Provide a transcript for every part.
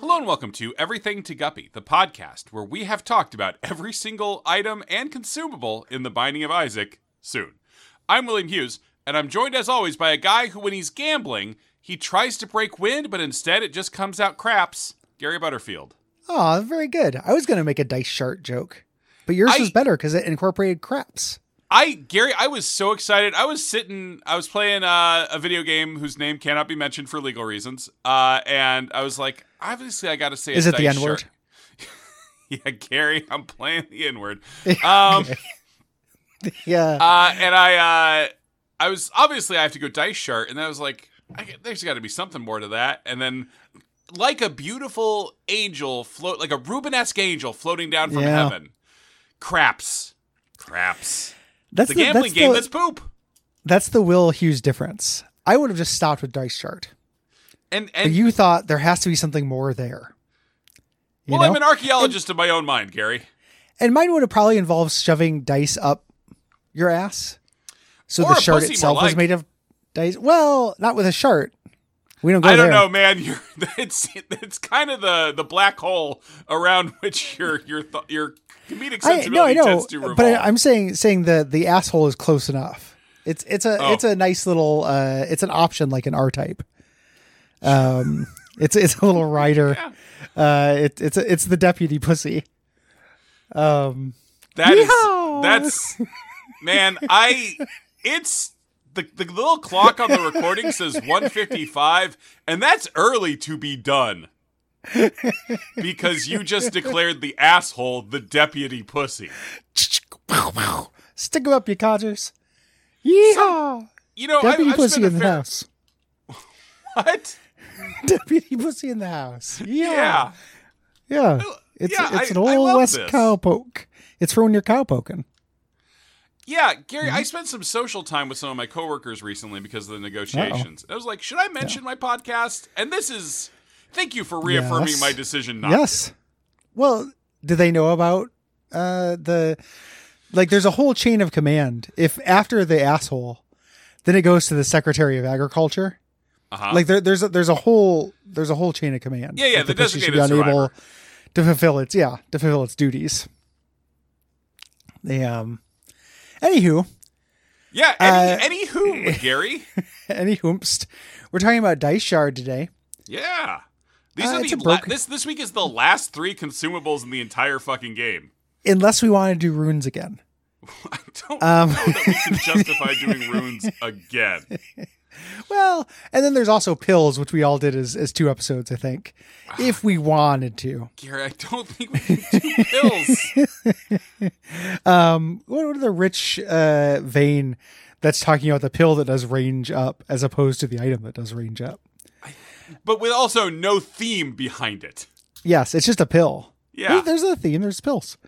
Hello and welcome to Everything to Guppy, the podcast where we have talked about every single item and consumable in The Binding of Isaac soon. I'm William Hughes, and I'm joined as always by a guy who, when he's gambling, he tries to break wind, but instead it just comes out craps. Gary Butterfield. Oh, very good. I was going to make a dice chart joke, but yours I- was better because it incorporated craps. I Gary, I was so excited. I was sitting, I was playing uh, a video game whose name cannot be mentioned for legal reasons, uh, and I was like, obviously, I got to say, Is a it the dice N word? shark. yeah, Gary, I'm playing the N word. Um, Yeah. uh, and I, uh, I was obviously I have to go dice chart, and then I was like, I, get- there's got to be something more to that. And then, like a beautiful angel float, like a Rubenesque angel floating down from Yeah. heaven, craps, craps. that's The gambling that's game. The, Let's poop. that's the Will Hughes difference. I would have just stopped with dice chart. And But and you thought there has to be something more there. You well, uh know? I'm an archaeologist in my own mind, Gary. and mine would have probably involved shoving dice up your ass. So Or the a shard pussy, more itself was like. made of dice. Well, not with a shard. We don't go I don't there. know, man. You're it's it's kind of the the black hole around which your your th- your comedic I, sensibility no, I know, tends to revolve. but I, am saying saying the the asshole is close enough. It's it's a Oh. it's a nice little uh, it's an option like an R type. Um, it's it's a little rider. Uh, it, it's a, it's the deputy pussy. Um, That is Yeehaw! that's man, I it's the the little clock on the recording says 155 and that's early to be done. because you just declared the asshole the deputy pussy. stick 'em up, you codgers. Yeehaw! You know, deputy oh, I, I've pussy spent a in the fair- house. What? Deputy pussy in the house. Yeah. Yeah, yeah. It's yeah, it's I- an I old love west this. cowpoke. It's for when you're cowpoking. Yeah, Gary, Mm-hmm. I spent some social time with some of my coworkers recently because of the negotiations. I was like, should I mention my podcast? And this is thank you for reaffirming Yes. my decision not Yes. Well, do they know about uh the like there's a whole chain of command. If after the asshole, then it goes to the Secretary of Agriculture. Uh-huh. Like there there's a there's a whole there's a whole chain of command. Yeah, yeah, that the pussy should be designated survivor. unable to fulfill its yeah, to fulfill its duties. They um anywho, Yeah, Uh, any, any whom, Gary. any hoomst. We're talking about dice shard today. Yeah. These Uh, are it's the a la- broken- this this week is the last three consumables in the entire fucking game. Unless we want to do runes again. I don't Um. know that we can justify doing runes again. Well, and then there's also pills, which we all did as, as two episodes, I think, if we wanted to. Gary, I don't think we can do pills. Um, what what are the rich uh, vein that's talking about the pill that does range up as opposed to the item that does range up? But with also no theme behind it. Yes, it's just a pill. Yeah. Hey, there's a theme. There's pills.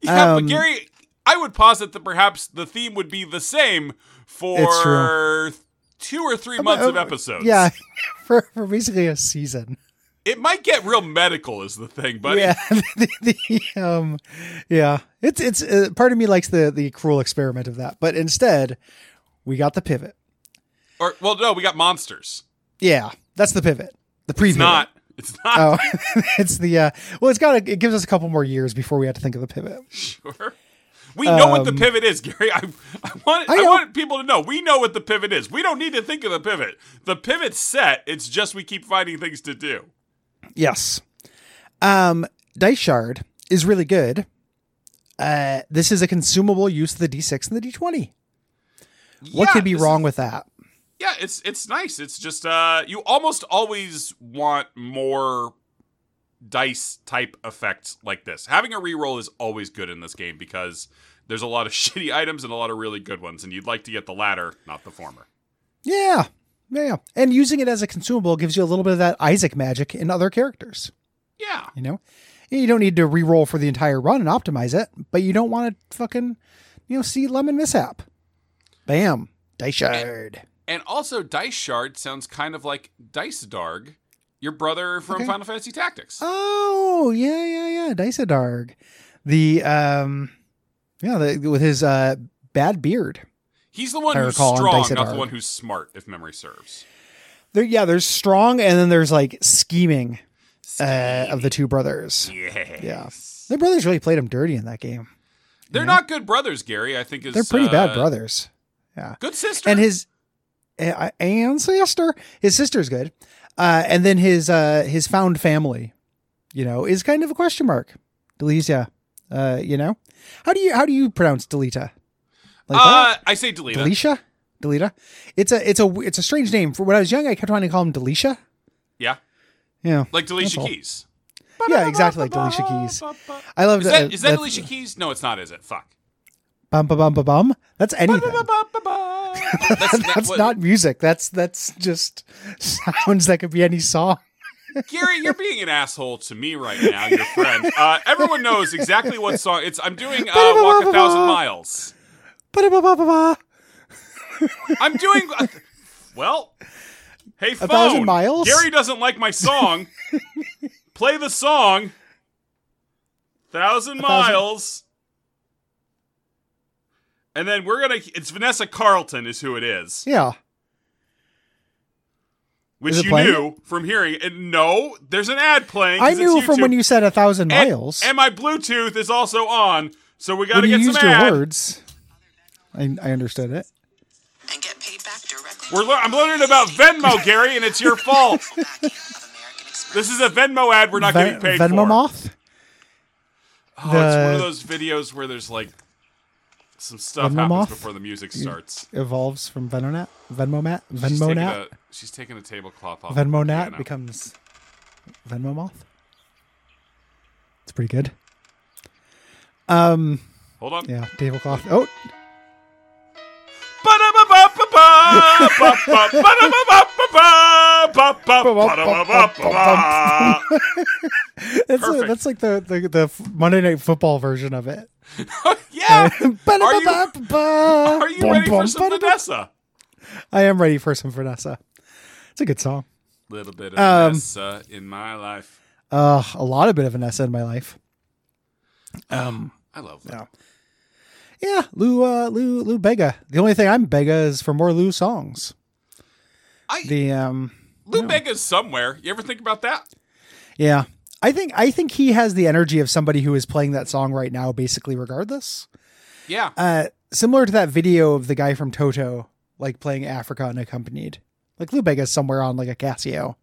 Yeah, Um, but Gary, I would posit that perhaps the theme would be the same It's Oh, for two or three months of episodes. Yeah, for, for basically a season. It might get real medical is the thing, buddy. Yeah, the, the, the, um, yeah. It's it's uh, part of me likes the the cruel experiment of that, but instead, we got the pivot. Or well, no, we got monsters. Yeah, that's the pivot. The preview. It's not. It's not Oh, it's the uh, well. It's got. to It gives us a couple more years before we have to think of the pivot. Sure. We know what the pivot is, Gary. I, I want um, I I, know. want people to know. We know what the pivot is. We don't need to think of the pivot. The pivot's set. It's just we keep finding things to do. Yes. Um, dice shard is really good. Uh, this is a consumable use of the d6 and the d20. What Yeah, could be this wrong is- with that? yeah, it's it's nice. It's just uh, you almost always want more dice type effects like this. Having a reroll is always good in this game because there's a lot of shitty items and a lot of really good ones, and you'd like to get the latter, not the former. Yeah, yeah, yeah. And using it as a consumable gives you a little bit of that Isaac magic in other characters. Yeah. You know, you don't need to re-roll for the entire run and optimize it, but you don't want to fucking, you know, see lemon mishap. Bam, dice shard. And also, Dice Shard sounds kind of like Dice Darg, your brother from Okay. Final Fantasy Tactics. Oh yeah, yeah, yeah. Dysodarg. The um yeah, the, with his uh bad beard. He's the one I who's recall on strong, Dice not the Darg. one who's smart, if memory serves. There yeah, there's strong and then there's like scheming. uh, of the two brothers. Yes. Yeah. The brothers really played him dirty in that game. They're not good brothers, Gary. I think is They're pretty bad uh, brothers. Good sister. And his uh, and sister, his sister's good. Uh, and then his uh, his found family, you know, is kind of a question mark. Delisia, uh, you know, how do you how do you pronounce Delita? Like that? uh, I say Delita. Delisha? Delita? It's a it's a it's a strange name. For when I was young, I kept wanting to call him Delisha. Yeah, Yeah, like That's all. Delisha Keys. yeah, exactly like Delisha Keys. I love Is that is that that's- Alicia Keys? No, it's not. Is it? Fuck. Bum bum bum bum bum. That's anything. That's, That's what- not music. That's that's just sounds that could be any song. Gary, you're being an asshole to me right now, your friend. Uh, everyone knows exactly what song it's. I'm doing uh, "Walk a Thousand Miles." Ba-da-ba-ba-ba-ba. I'm doing. uh, well, hey, phone. Thousand Miles? Gary doesn't like my song. Play the song. Thousand thousand- miles. And then we're gonna. It's Vanessa Carlton is who it is, Yeah. which Is it you playing? knew from hearing. And no, there's an ad playing. I 'cause knew it's from when YouTube. you said a thousand And- miles. And, my Bluetooth is also on, so we gotta when you get used some your ad. words, I, I understood it. and get paid back directly. We're lear- I'm learning about Venmo, Gary, and it's your fault. This is a Venmo ad we're not Ven- getting paid Venmo for. moth. Oh, it's one of The- those videos where there's like some stuff Venmo happens moth? before the music starts. Evolves from Venonat. Venmo Mat. She's Venmo taking, Nat. a, she's taking a tablecloth off. Venmo the Nat piano. becomes Venmo moth. It's pretty good. Um. Hold on. Yeah. Tablecloth. Oh. Ba-da-ba-ba-ba-ba, That's a- Perfect. that's like the, the the f- Monday Night Football version of it. Yeah. Are Are you ready for some Vanessa? I am ready for some Vanessa. It's a good song. Little bit of Um, Vanessa in my life. Uh, a lot of bit of Vanessa in my life. I love that. Yeah, Lou, uh, Lou, Lou Bega. The only thing I'm Bega is for more Lou songs. I- the um, Lou Bega's somewhere. You ever think about that? yeah, I think I think he has the energy of somebody who is playing that song right now, basically regardless. Yeah. Uh, similar to that video of the guy from Toto, like playing Africa unaccompanied. Like Lou Bega's somewhere on like a Casio,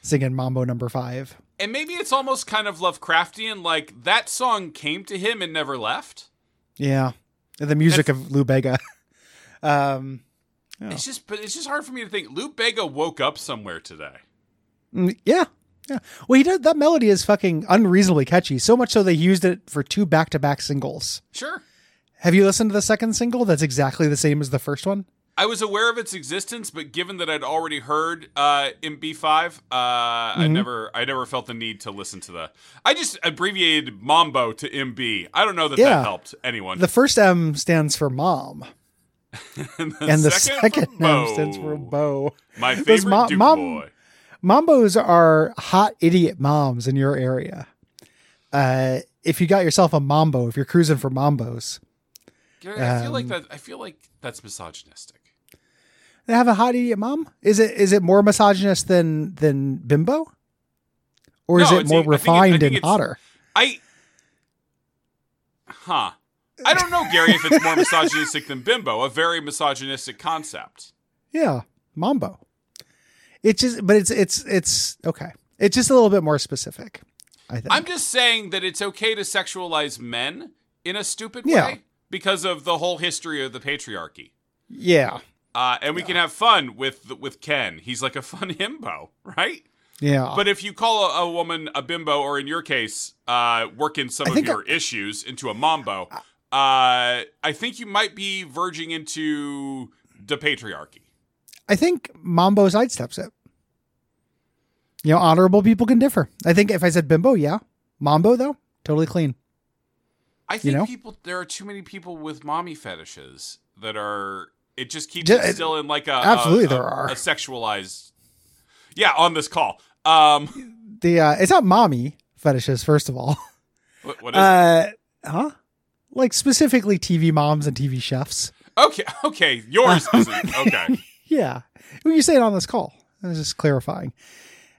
singing Mambo Number Five. And maybe it's almost kind of Lovecraftian, like that song came to him and never left. Yeah, the music of Lou Bega. um, Oh. It's just, but it's just hard for me to think. Lou Bega woke up somewhere today. Mm, Yeah. Yeah. Well, he does that melody is fucking unreasonably catchy, so much so they used it for two back-to-back singles. Sure, Have you listened to the second single? That's exactly the same as the first one. I was aware of its existence, but given that I'd already heard uh, MB five, uh, I Mm-hmm. never, I never felt the need to listen to the. I just abbreviated Mambo to MB. I don't know that Yeah. that helped anyone. The first M stands for mom, and the, and the second, for M Bo. stands for Bo. My Those favorite mo- Duke mom- boy. Mambos are hot idiot moms in your area. Uh, if you got yourself a mambo, if you're cruising for mambos, Gary, I Um, feel like that. I feel like that's misogynistic. they have a hot idiot mom. Is it is it more misogynist than than bimbo, or is No, it it's- more I think it- I refined think and it's- hotter? I. Huh. I don't know, Gary, if it's more misogynistic than bimbo, a very misogynistic concept. Yeah, Mambo. It's just, but it's it's it's okay. It's just a little bit more specific. I think. I'm just saying that it's okay to sexualize men in a stupid Yeah. way because of the whole history of the patriarchy. yeah, Uh, and we can have fun with with Ken. He's like a fun himbo, right? yeah. But if you call a, a woman a bimbo, or in your case, uh, work in some I of think your issues into a mambo, uh, I think you might be verging into the patriarchy. I think Mambo sidesteps it. You know, honorable people can differ. I think if I said Bimbo, yeah, Mambo though, totally clean. I think know? people there are too many people with mommy fetishes that are it just keeps Yeah, it it- still in like a absolutely a- there a- are. a sexualized yeah on this call um The uh, it's not mommy fetishes first of all. what, what is it? Uh, huh? Like specifically TV moms and TV chefs. okay okay yours isn't okay Yeah, well, you say it on this call. I was just clarifying.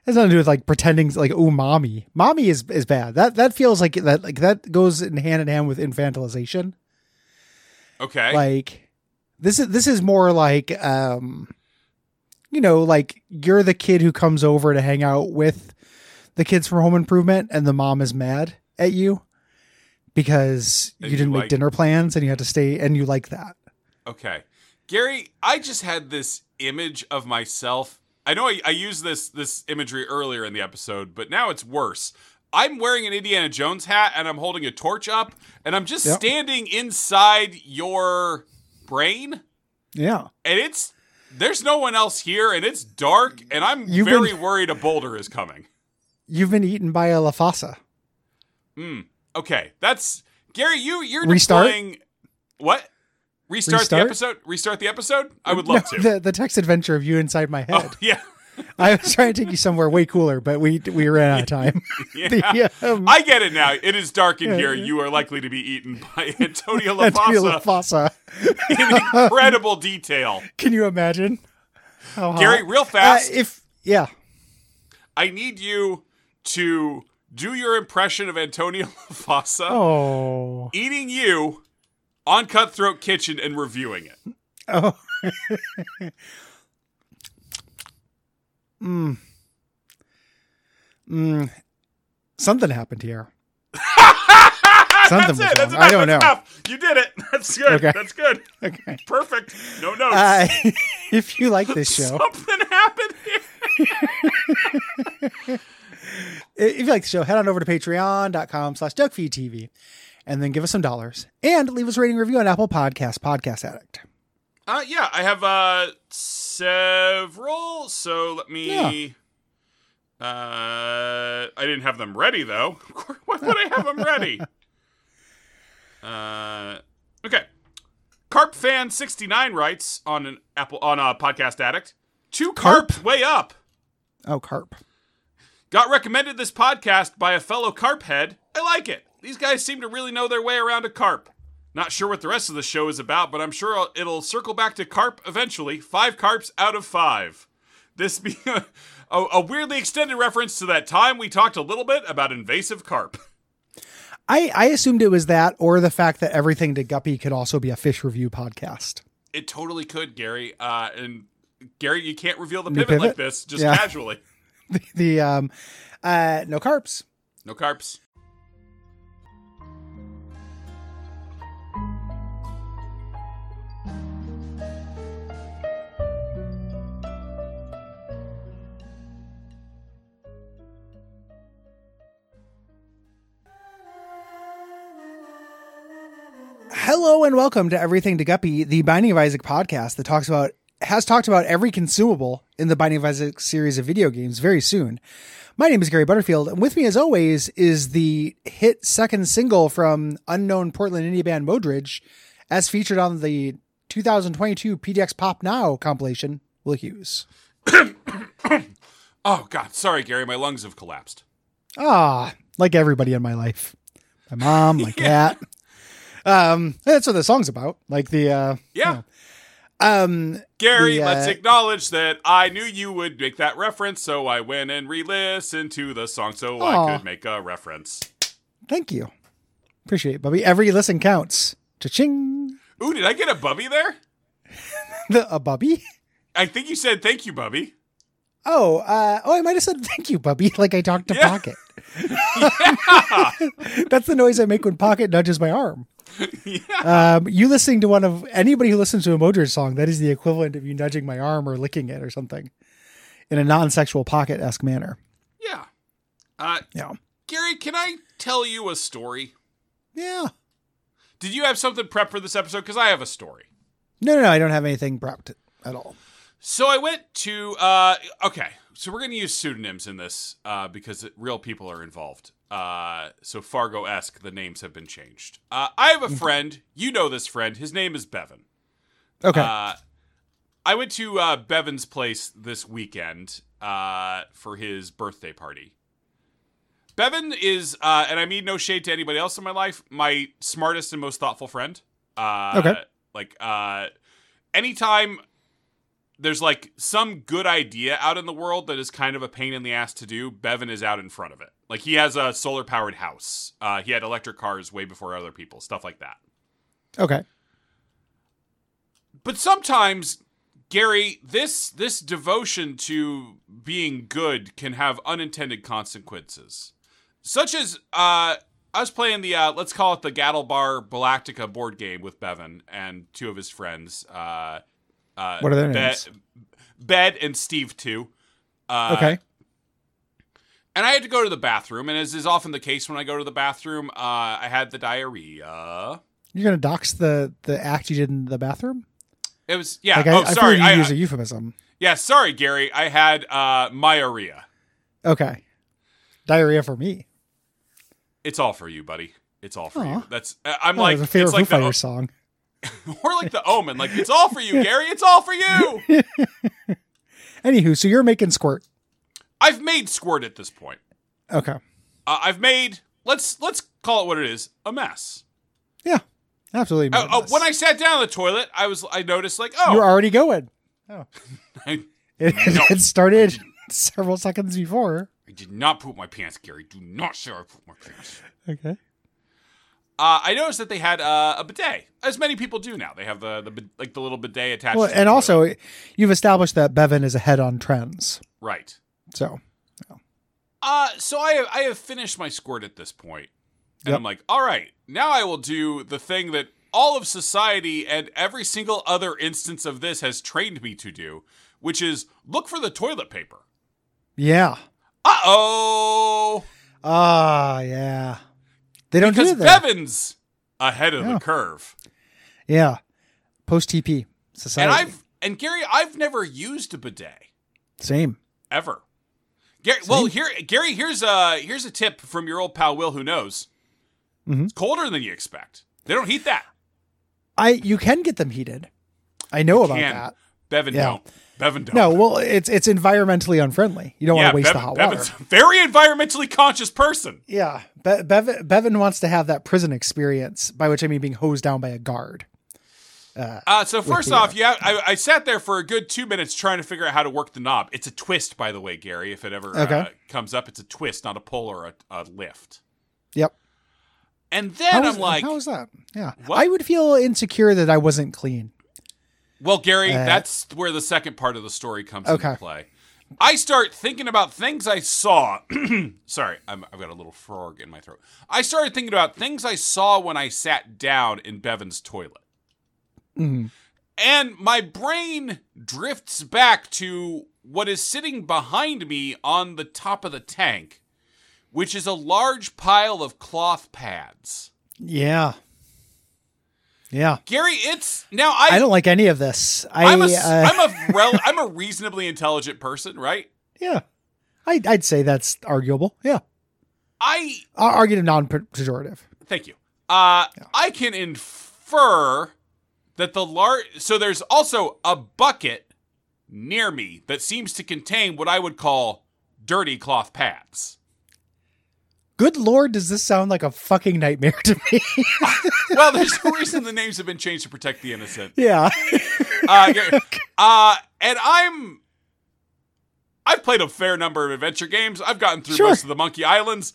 has nothing to do with like pretending like oh mommy. Mommy is is bad. That that feels like that like that goes in hand in hand with infantilization. Okay. Like this is this is more like um you know, like you're the kid who comes over to hang out with the kids from home improvement and the mom is mad at you because And you didn't you make like- dinner plans and you had to stay and you like that. Okay. Gary, I just had this image of myself. I know I, I used this this imagery earlier in the episode, but now it's worse. I'm wearing an Indiana Jones hat and I'm holding a torch up and I'm just Yep. standing inside your brain Yeah. and it's there's no one else here and it's dark and I'm You've very been- worried a boulder is coming. You've been eaten by a lafasa. Hmm. Okay. That's Gary, you you're Restart? deploying what? Restart, Restart? the episode? Restart the episode? I would love No, to. The, the text adventure of you inside my head. Oh, yeah. I was trying to take you somewhere way cooler, but we we ran out of time. Yeah. The, um, I get it now. It is dark in here. You are likely to be eaten by Antonio Antonio LaFossa Lafasa. in incredible detail. Can you imagine? How hot? Gary, real Uh-huh. Uh, fast, if yeah, I need you to do your impression of Antonio LaFossa oh, eating you on Cutthroat Kitchen and reviewing it. oh, Hmm. mm. Mm. something happened here. something was That's it. That's wrong. I don't know. enough. That's enough. You did it. That's good. Okay. That's good. Okay. Perfect. No notes. Uh, if you like this show, Something happened here. if you like the show, head on over to patreon.com slash duckfeedtv and then give us some dollars and leave us a rating review on Apple Podcast, Podcast Addict. Uh, yeah, I have uh several. So let me. Uh, I didn't have them ready though. Of course, Why would I have them ready? Uh, okay. Carp fan sixty nine writes on an Apple on a podcast addict. Two Carp? carp way up. Oh, carp. Got recommended this podcast by a fellow carp head. I like it. These guys seem to really know their way around a carp. Not sure what the rest of the show is about, but I'm sure I'll- it'll circle back to carp eventually. Five carps out of five. This being a, a, a weirdly extended reference to that time we talked a little bit about invasive carp. I, I assumed it was that or the fact that everything to Guppy could also be a fish review podcast. It totally could, Gary. Uh, and Gary, you can't reveal the The pivot, like pivot? this just Yeah. casually. The, the um, uh, no carps. No carps. Hello and welcome to Everything to Guppy, the Binding of Isaac podcast that talks about has talked about every consumable in the Binding of Isaac series of video games very soon. My name is Gary Butterfield, and with me as always is the hit second single from unknown Portland indie band Modridge, as featured on the 2022 PDX Pop Now compilation, Will Hughes. Oh, God. Sorry, Gary. My lungs have collapsed. Ah, like everybody in my life. My mom, my cat. Um, that's what the song's about. Like the uh Yeah. um Gary, The, uh, let's acknowledge that I knew you would make that reference, so I went and re-listened to the song so I Aw. could make a reference. Thank you. Appreciate it, Bubby. Every listen counts. Cha-ching. Ooh, did I get a bubby there? The, uh, a Bubby? I think you said thank you, bubby. Oh, uh, oh, I might have said thank you, Bubby, like I talked to Yeah. Pocket. That's the noise I make when Pocket nudges my arm. Um, you listening to one of anybody who listens to a Modric song, that is the equivalent of you nudging my arm or licking it or something in a non sexual pocket esque manner. Yeah. Uh, Yeah. Gary, can I tell you a story? Yeah. Did you have something prepped for this episode? Because I have a story. No, no, no. I don't have anything prepped at all. So I went to uh okay. So we're gonna use pseudonyms in this uh because real people are involved. Uh so Fargo esque, the names have been changed. Uh I have a friend, you know this friend, his name is Bevan. Okay. Uh, I went to uh, Bevan's place this weekend uh, for his birthday party. Bevan is, uh, and I mean no shade to anybody else in my life, my smartest and most thoughtful friend. Uh, Okay. Like, uh, anytime there's like some good idea out in the world that is kind of a pain in the ass to do. Bevan is out in front of it. Like he has a solar powered house. Uh, he had electric cars way before other people. Stuff like that. Okay. But sometimes, Gary, this this devotion to being good can have unintended consequences, such as uh, I was playing the uh, let's call it the Gattlebar Balactica board game with Bevan and two of his friends. Uh, uh, What are their Be- names? Bed and Steve too. Uh, Okay. And I had to go to the bathroom, and as is often the case when I go to the bathroom, uh, I had the diarrhea. You're gonna dox the the act you did in the bathroom. It was yeah. Like I, oh, I sorry. feel you I, use a euphemism. yeah, sorry, Gary. I had uh, myorrhea. Okay. Diarrhea for me. It's all for you, buddy. It's all for Aw. you. That's uh, I'm Oh, like the favorite it's like Foo the Fighters song. or like the Omen. Like it's all for you, Gary. It's all for you. Anywho, so you're making squirt. I've made squirt at this point. Okay. Uh, I've made let's let's call it what it is a mess. Yeah. Absolutely. Uh, uh, madness. when I sat down on the toilet, I was I noticed like oh you're already going. Oh. I, It, No. it started several seconds before. I did not poop my pants, Gary. Do not say I pooped my pants. Okay. Uh, I noticed that they had uh, a bidet, as many people do now. They have the the bid- like the little bidet attached. Well, to the and toilet. also you've established that Bevan is ahead on trends. right. So Uh, so I have, I have finished my squirt at this point. And Yep. I'm like, all right, now I will do the thing that all of society and every single other instance of this has trained me to do, which is look for the toilet paper. yeah. Uh oh. Ah, yeah. They don't Because do that. Bevan's ahead of Yeah. the curve. yeah. Post TP And society. I've and Gary, I've never used a bidet. Same. ever. Gary, well, See? here, Gary, here's a here's a tip from your old pal Will, who knows. Mhm. It's colder than you expect. They don't heat that. I you can get them heated. I know about can. that. Bevan Yeah. don't. Bevan don't. No, well, it's it's environmentally unfriendly. You don't want to waste the hot Bevan's water. a very environmentally conscious person. Yeah, Be- Bev- Bevan wants to have that prison experience, by which I mean being hosed down by a guard. Uh, so first the, off, yeah, I, I sat there for a good two minutes trying to figure out how to work the knob. It's a twist, by the way, Gary. If it ever uh, Okay. comes up, it's a twist, not a pull or a, a lift. Yep. And then how I'm is, like, how is that? Yeah, What? I would feel insecure that I wasn't clean. Well, Gary, Uh, that's where the second part of the story comes Okay. into play. I start thinking about things I saw. Sorry, I'm, I've got a little frog in my throat. I started thinking about things I saw when I sat down in Bevan's toilet. Mhm. And my brain drifts back to what is sitting behind me on the top of the tank, which is a large pile of cloth pads. Yeah, yeah. Gary, it's now I don't like any of this. I I'm a, uh, am a rel- I'm a reasonably intelligent person, right? yeah, I, I'd say that's arguable. Yeah, I I argued a non-pejorative. thank you. Uh, I can infer that the large. So there's also a bucket near me that seems to contain what I would call dirty cloth pads. Good lord, does this sound like a fucking nightmare to me? Well, there's a reason the names have been changed to protect the innocent. yeah, Uh, Gary- uh, and I'm. I've played a fair number of adventure games. I've gotten through Sure. most of the Monkey Islands.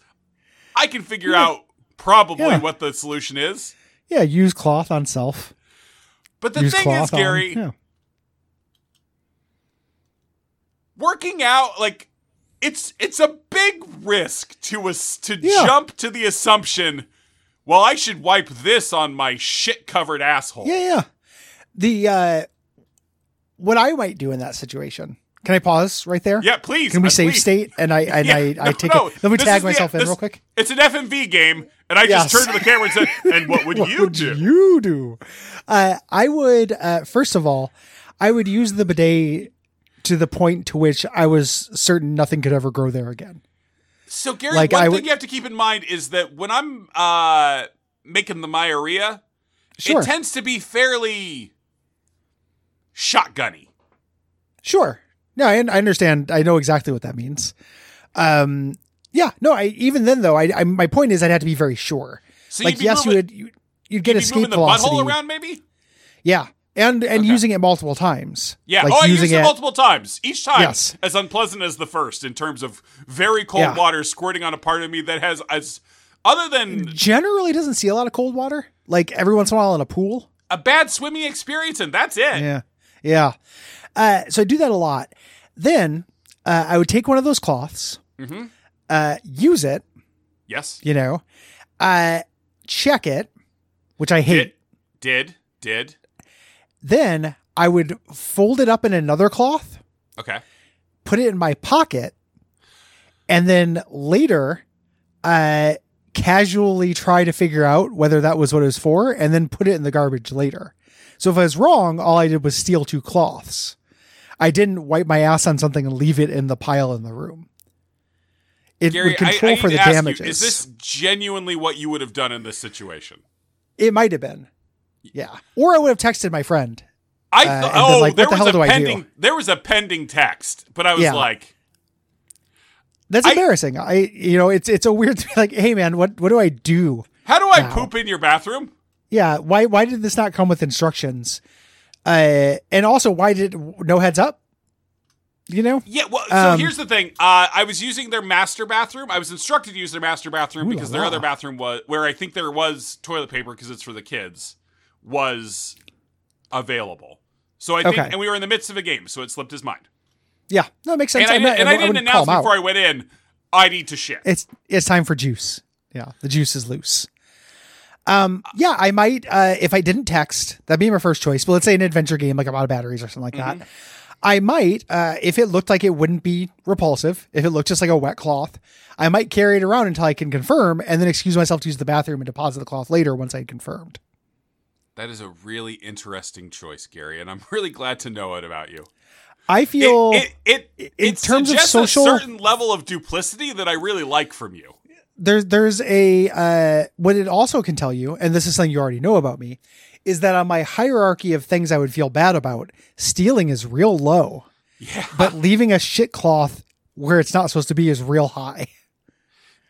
I can figure Yeah. out probably Yeah. what the solution is. yeah. Use cloth on self. But the use thing cloth is, Gary, On, yeah. working out like it's it's a big risk to us to Yeah. jump to the assumption well i should wipe this on my shit covered asshole Yeah, yeah. The uh what I might do in that situation. Can I pause right there? Yeah, please Can we uh, save please. state and I and Yeah, I, I no, take no, it? Let me this is tag the- myself in this- real quick. it's an fmv game and i just Yes. turned to the camera and said and what would What you would do you do? Uh, I would uh, first of all, I would use the bidet to the point to which I was certain nothing could ever grow there again. so gary Like, one I thing would- you have to keep in mind is that when i'm uh making the myorrhea Sure, it tends to be fairly shotgunny sure. No, I, I understand. I know exactly what that means. Um, yeah, no. I even then though, I, I my point is I'd have to be very sure. so like you'd be yes, moving, you would you, you'd get you'd be escape moving the velocity. butthole around maybe Yeah, and and using it multiple times. Yeah. like oh, I using used it, it. multiple times. Each time Yes. as unpleasant as the first in terms of very cold Yeah. water squirting on a part of me that has as other than Generally, doesn't see a lot of cold water. Like every once in a while in a pool. a bad swimming experience and that's it. Yeah, yeah. Uh, so I do that a lot. Then uh, I would take one of those cloths, Mhm. uh, use it, Yes. you know, uh, check it, which I hate. Did did did. Then I would fold it up in another cloth, Okay. put it in my pocket, and then later, uh, casually try to figure out whether that was what it was for, and then put it in the garbage later. So if I was wrong, all I did was steal two cloths. I didn't wipe my ass on something and leave it in the pile in the room. It Gary, would control I, I need for the to ask damages. You, is this genuinely what you would have done in this situation? It might have been. Yeah. Or I would have texted my friend. I Uh, thought and oh, then, like, what there the was hell a do I do? pending there was a pending text, but I was Yeah. like, That's I- embarrassing. I you know, it's it's a weird thing like, hey man, what what do I do? "How do I Wow. poop in your bathroom?" Yeah, why why did this not come with instructions? Uh and also why did no heads up? You know? Yeah, well, so Um, here's the thing. Uh, I was using their master bathroom. I was instructed to use their master bathroom Ooh la because their la. other bathroom was where I think there was toilet paper because it's for the kids was available. So I think, Okay. and we were in the midst of a game, so it slipped his mind. Yeah. No, it makes sense. and I, did, not- and I, didn't wouldn't call announce him out. before I went in. I need to shit. It's it's time for juice. Yeah, the juice is loose. Um, yeah, I might uh, if I didn't text, that'd be my first choice. But let's say an adventure game like I'm out of batteries or something like Mm-hmm. that. I might, uh, if it looked like it wouldn't be repulsive, if it looked just like a wet cloth, I might carry it around until I can confirm, and then excuse myself to use the bathroom and deposit the cloth later once I had confirmed. that is a really interesting choice, Gary, and I'm really glad to know it about you. I feel it, it, it, in it terms of suggests social- a certain level of duplicity that I really like from you. there's there's a uh, what it also can tell you, and this is something you already know about me, is that on my hierarchy of things I would feel bad about, stealing is real low. Yeah. but leaving a shit cloth where it's not supposed to be is real high.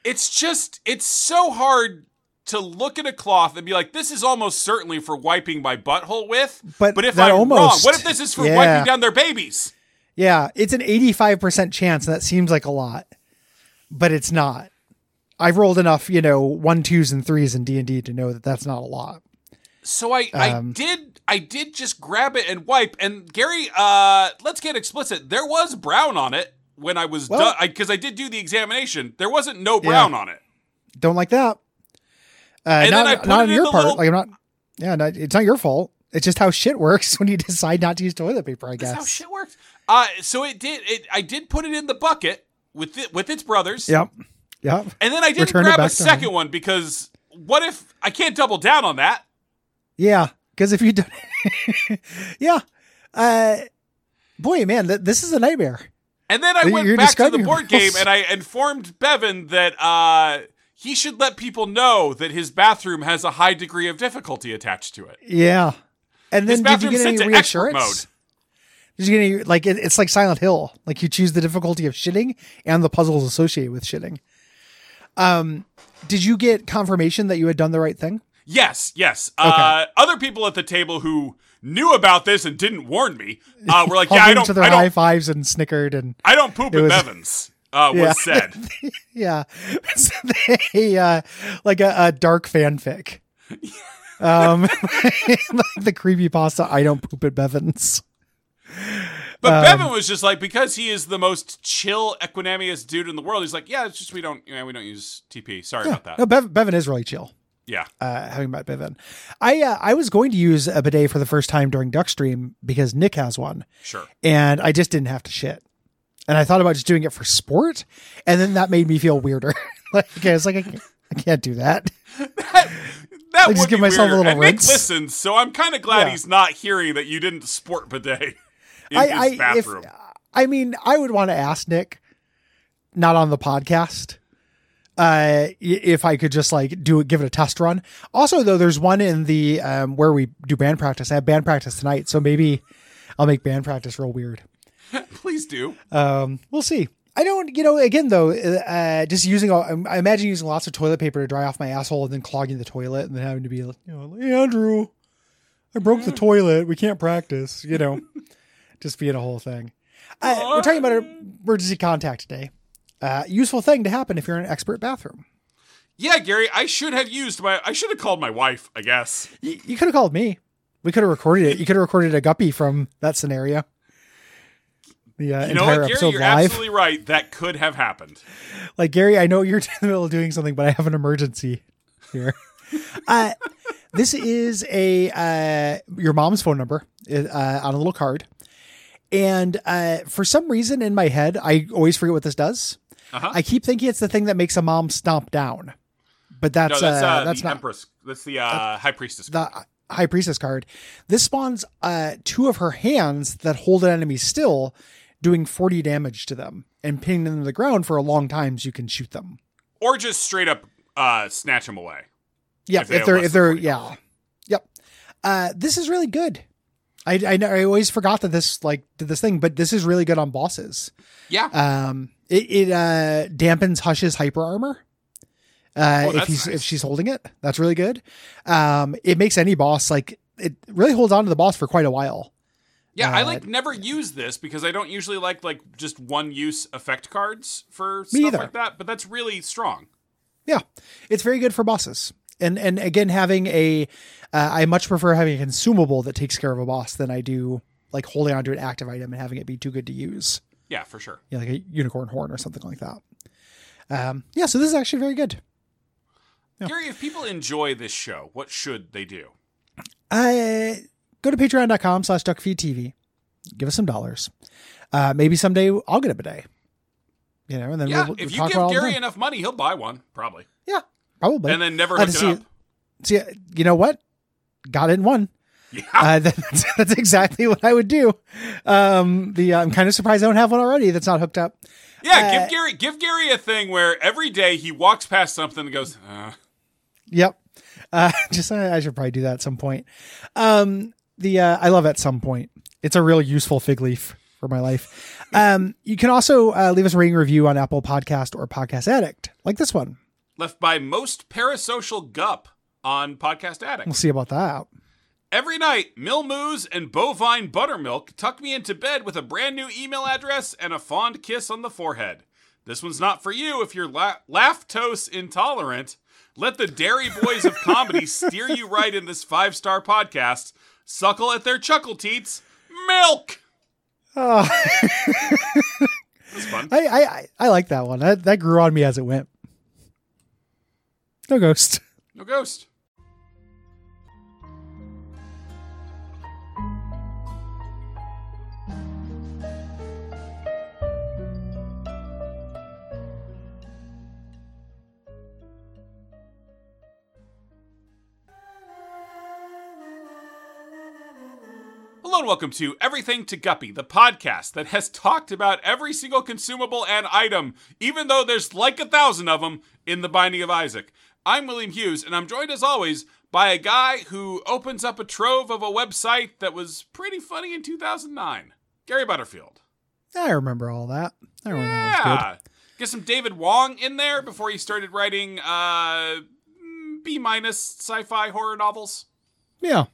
it's just it's so hard to look at a cloth and be like, this is almost certainly for wiping my butthole with. But but if that I'm wrong, almost- what if this is for yeah. wiping down their babies? Yeah, it's an 85% chance, and that seems like a lot, but it's not. I've rolled enough, you know, one twos and threes in D and D to know that that's not a lot. So I, Um, I did I did just grab it and wipe. And Gary, uh, let's get explicit. There was brown on it when I was Well- done because I, did do the examination. There wasn't no brown on it. Don't like that. Uh, And then not I put not it on in your the part. little- Like I'm not. Yeah, not, it's not your fault. It's just how shit works when you decide not to use toilet paper. I That's how guess. shit works. Uh, so it did. It I did put it in the bucket with it, with its brothers. Yep. Yep. And then I didn't Return it grab a back to second home. one because what if I can't double down on that? Yeah, because if you don't, yeah, uh, boy, man, th- this is a nightmare. And then I You're went back to the describing board game rules. and I informed Bevan that uh, he should let people know that his bathroom has a high degree of difficulty attached to it. Yeah. And His then did you bathroom get sent any to expert reassurance? Did you get any like it, it's like Silent Hill? Like you choose the difficulty of shitting and the puzzles associated with shitting. Um, did you get confirmation that you had done the right thing? Yes, yes. Uh, other people at the table who knew about this and didn't warn me uh, were like, "Yeah, I Hugging don't, each other I high don't, fives and snickered and I don't poop It in was- Bevan's." Uh, was Yeah. said. yeah, So they, uh, like a, a dark fanfic. um, like the creepy pasta. I don't poop at Bevan's. But Um, Bevan was just like because he is the most chill, equanimous dude in the world. He's like, yeah, it's just we don't, you know, we don't use TP. Sorry about that. No, Bev- Bevan is really chill. Yeah, uh, having met Bevan. I uh, I was going to use a bidet for the first time during Duckstream because Nick has one, sure. and I just didn't have to shit. And I thought about just doing it for sport, and then that made me feel weirder. like okay, I was like, I can't, I can't do that. That, that Like, just would give be myself a weirder. little and Nick rinse. listens, so I'm kind of glad Yeah. he's not hearing that you didn't sport bidet in his I uh, I bathroom. I mean, I would want to ask Nick, not on the podcast. Uh, i- if I could just like do it, give it a test run. Also, though, there's one in the um where we do band practice. I have band practice tonight, so maybe I'll make band practice real weird. Please do. um, we'll see. I don't, you know, again though, uh, just using, all, I'm- I imagine using lots of toilet paper to dry off my asshole and then clogging the toilet and then having to be like, you know, Andrew, I I broke the toilet. We can't practice. You know, just being a whole thing. Uh, we're talking about emergency contact today. Uh, useful thing to happen if you're in an expert bathroom. Yeah, Gary, I should have used my. I should have called my wife. I guess. You, you could have called me. We could have recorded it. You could have recorded a guppy from that scenario. The uh, You know entire what, Gary? episode You're live. absolutely right. That could have happened. like Gary, I know you're in the middle of doing something, but I have an emergency here. uh, this is a uh, your mom's phone number uh, on a little card, and uh, for some reason in my head, I always forget what this does. Uh-huh. I keep thinking it's the thing that makes a mom stomp down, but that's No, that's, uh, that's the not Empress. That's the uh, High Priestess. the high priestess card. This spawns uh, two of her hands that hold an enemy still, doing forty damage to them and pinning them to the ground for a long time, so you can shoot them. or just straight up uh, snatch them away. Yeah, if if, they have they're less if than they're 40 yeah, yep. Uh, this is really good. I I, know, I always forgot that this like did this thing, but this is really good on bosses. Yeah. Um, it it uh dampens Hush's hyper armor. Uh, Oh, if that's he's nice. if she's holding it, that's really good. Um, it makes any boss like it really holds on to the boss for quite a while. Yeah, I uh, like never use this because I don't usually like like just one use effect cards for Me stuff either. like that, but that's really strong. Yeah, it's very good for bosses. And and again, having a, uh, I much prefer having a consumable that takes care of a boss than I do like holding onto an active item and having it be too good to use, Yeah, for sure. you know, like a unicorn horn or something like that. Um, yeah, so this is actually very good. Gary, if people enjoy this show, what should they do? Uh, go to patreon.com slash duckfeedtv. Give us some dollars. Uh, maybe someday I'll get a bidet. You know, and then Yeah, we'll, we'll if you talk about give all Gary that. enough money, he'll buy one probably, Yeah, probably. and then never Uh, hook it see- up. See, uh, you know what? Got in one. Yeah. Uh, that's, that's exactly what I would do. Um, the I'm kind of surprised I don't have one already that's not hooked up. Yeah, uh, give Gary give Gary a thing where every day he walks past something and goes, uh, Yep. Uh, just I I should probably do that at some point. Um, the uh, I love at some point. It's a real useful fig leaf for my life. Um, you can also uh, leave us a rating review on Apple Podcast or Podcast Addict, like this one. left by most parasocial gup on Podcast Addict. We'll see about that. Every night, Milmoos and Bovine Buttermilk tuck me into bed with a brand new email address and a fond kiss on the forehead. This one's not for you if you're la- lactose intolerant. Let the dairy boys of comedy steer you right in this five star podcast. Suckle at their chuckle teats. Milk! Oh, That's fun. I, I I- I like that one. That that grew on me as it went. No ghost. No ghost. Hello and welcome to Everything to Guppy, the podcast that has talked about every single consumable and item, even though there's like a thousand of them in the Binding of Isaac. I'm William Hughes, and I'm joined as always by a guy who opens up a trove of a website that was pretty funny in 2009 Gary Butterfield. I remember all that. I remember that was good. Yeah. Get some David Wong in there before he started writing uh, B minus sci fi horror novels. Yeah.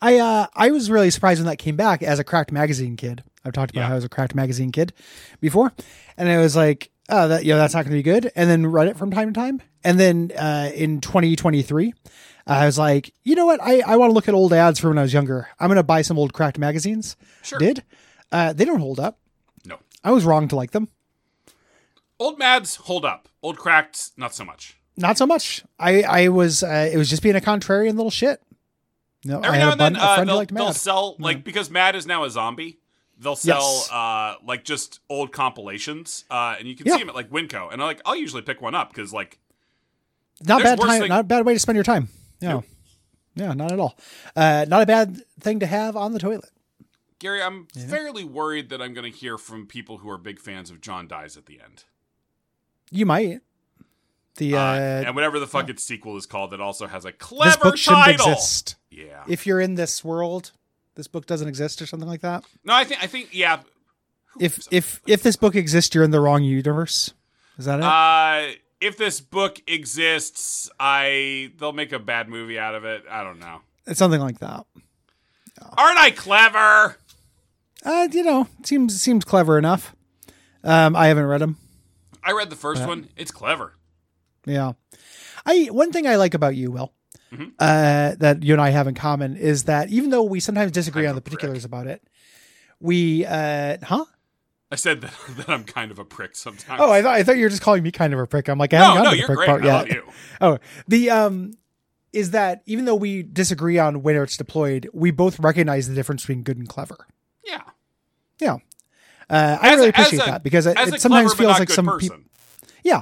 I uh I was really surprised when that came back as a cracked magazine kid. I've talked about Yeah. how I was a cracked magazine kid before. And I was like, oh that you know, that's not gonna be good. And then read it from time to time. And then uh in twenty twenty three, I was like, you know what? I, I want to look at old ads from when I was younger. I'm gonna buy some old cracked magazines. Sure. Did. Uh they don't hold up. No. I was wrong to like them. Old Mads, hold up. Old Cracked, not so much. Not so much. I I was uh, it was just being a contrarian little shit. No, I Every had now a, and then, bun- a uh, friend who they'll, liked they'll Mad. sell like because Mad is now a zombie. They'll sell Yes. uh, like just old compilations, uh, and you can Yeah. see them at like Winco. And I like I'll usually pick one up because like not There's bad worse time, thing- not a bad way to spend your time. Yeah. Nope. Yeah, not at all. Uh, not a bad thing to have on the toilet. Gary, I'm fairly worried that I'm going to hear from people who are big fans of John dies at the end. You might. The uh, Uh, and whatever the fuck its sequel is called, that also has a this clever book shouldn't title. exist. Yeah. If you're in this world, this book doesn't exist or something like that. no, I think I think yeah. If if if this book exists, you're in the wrong universe. Is that it? Uh, if this book exists, I they'll make a bad movie out of it. I don't know. it's something like that. Oh. Aren't I clever? Uh, you know, seems seems clever enough. Um, I haven't read them. I read the first Uh, one. It's clever. Yeah. I one thing I like about you, Will, Mm-hmm. uh, that you and I have in common is that even though we sometimes disagree I'm on a the prick. particulars about it, we uh huh? I said that, that I'm kind of a prick sometimes. Oh, I thought I thought you were just calling me kind of a prick. I'm like, I haven't Uh, no, no, gotten to you're the great. prick part I yet. love you. Oh, the um is that even though we disagree on where it's deployed, we both recognize the difference between good and clever. Yeah. Uh, I As a- really as appreciate a- that because it, As it a clever, sometimes but feels not like good some person. people, yeah,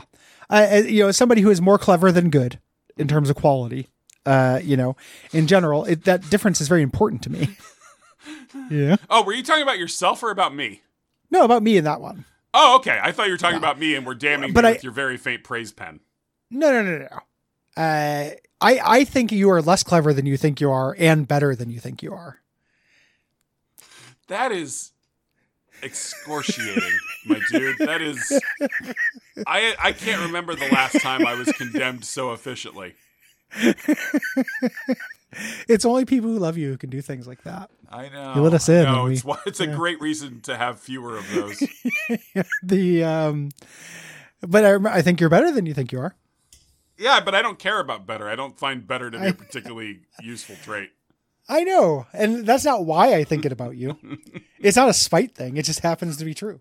uh, as- you know, as somebody who is more clever than good in terms of quality. Uh, you know, in general, it, that difference is very important to me. yeah. Oh, were you talking about yourself or about me? No, about me in that one. Oh, okay. I thought you were talking about me, and we're damning But me I- with your very faint praise pen. No, no, no, no. no. Uh, I I think you are less clever than you think you are, and better than you think you are. That is excoriating, my dude. That is. I I can't remember the last time I was condemned so efficiently. It's only people who love you who can do things like that. I know. You let us I in, know. and it's we- why- it's a great reason to have fewer of those. The um, but I rem- I think you're better than you think you are. yeah, but I don't care about better. I don't find better to be a particularly useful trait. I know, and that's not why I think it about you. it's not a spite thing. It just happens to be true.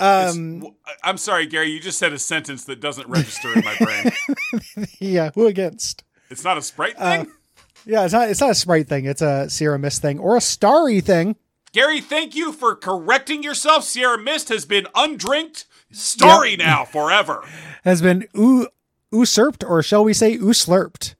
It's- Um, w- I- I'm sorry, Gary. You just said a sentence that doesn't register in my brain. yeah, who against? It's not a sprite thing. Yeah, it's not. It's not a sprite thing. It's a Sierra Mist thing or a Starry thing. Gary, thank you for correcting yourself. Sierra Mist has been undrinked, starry now forever. Has been oo- usurped, or shall we say, uslurped?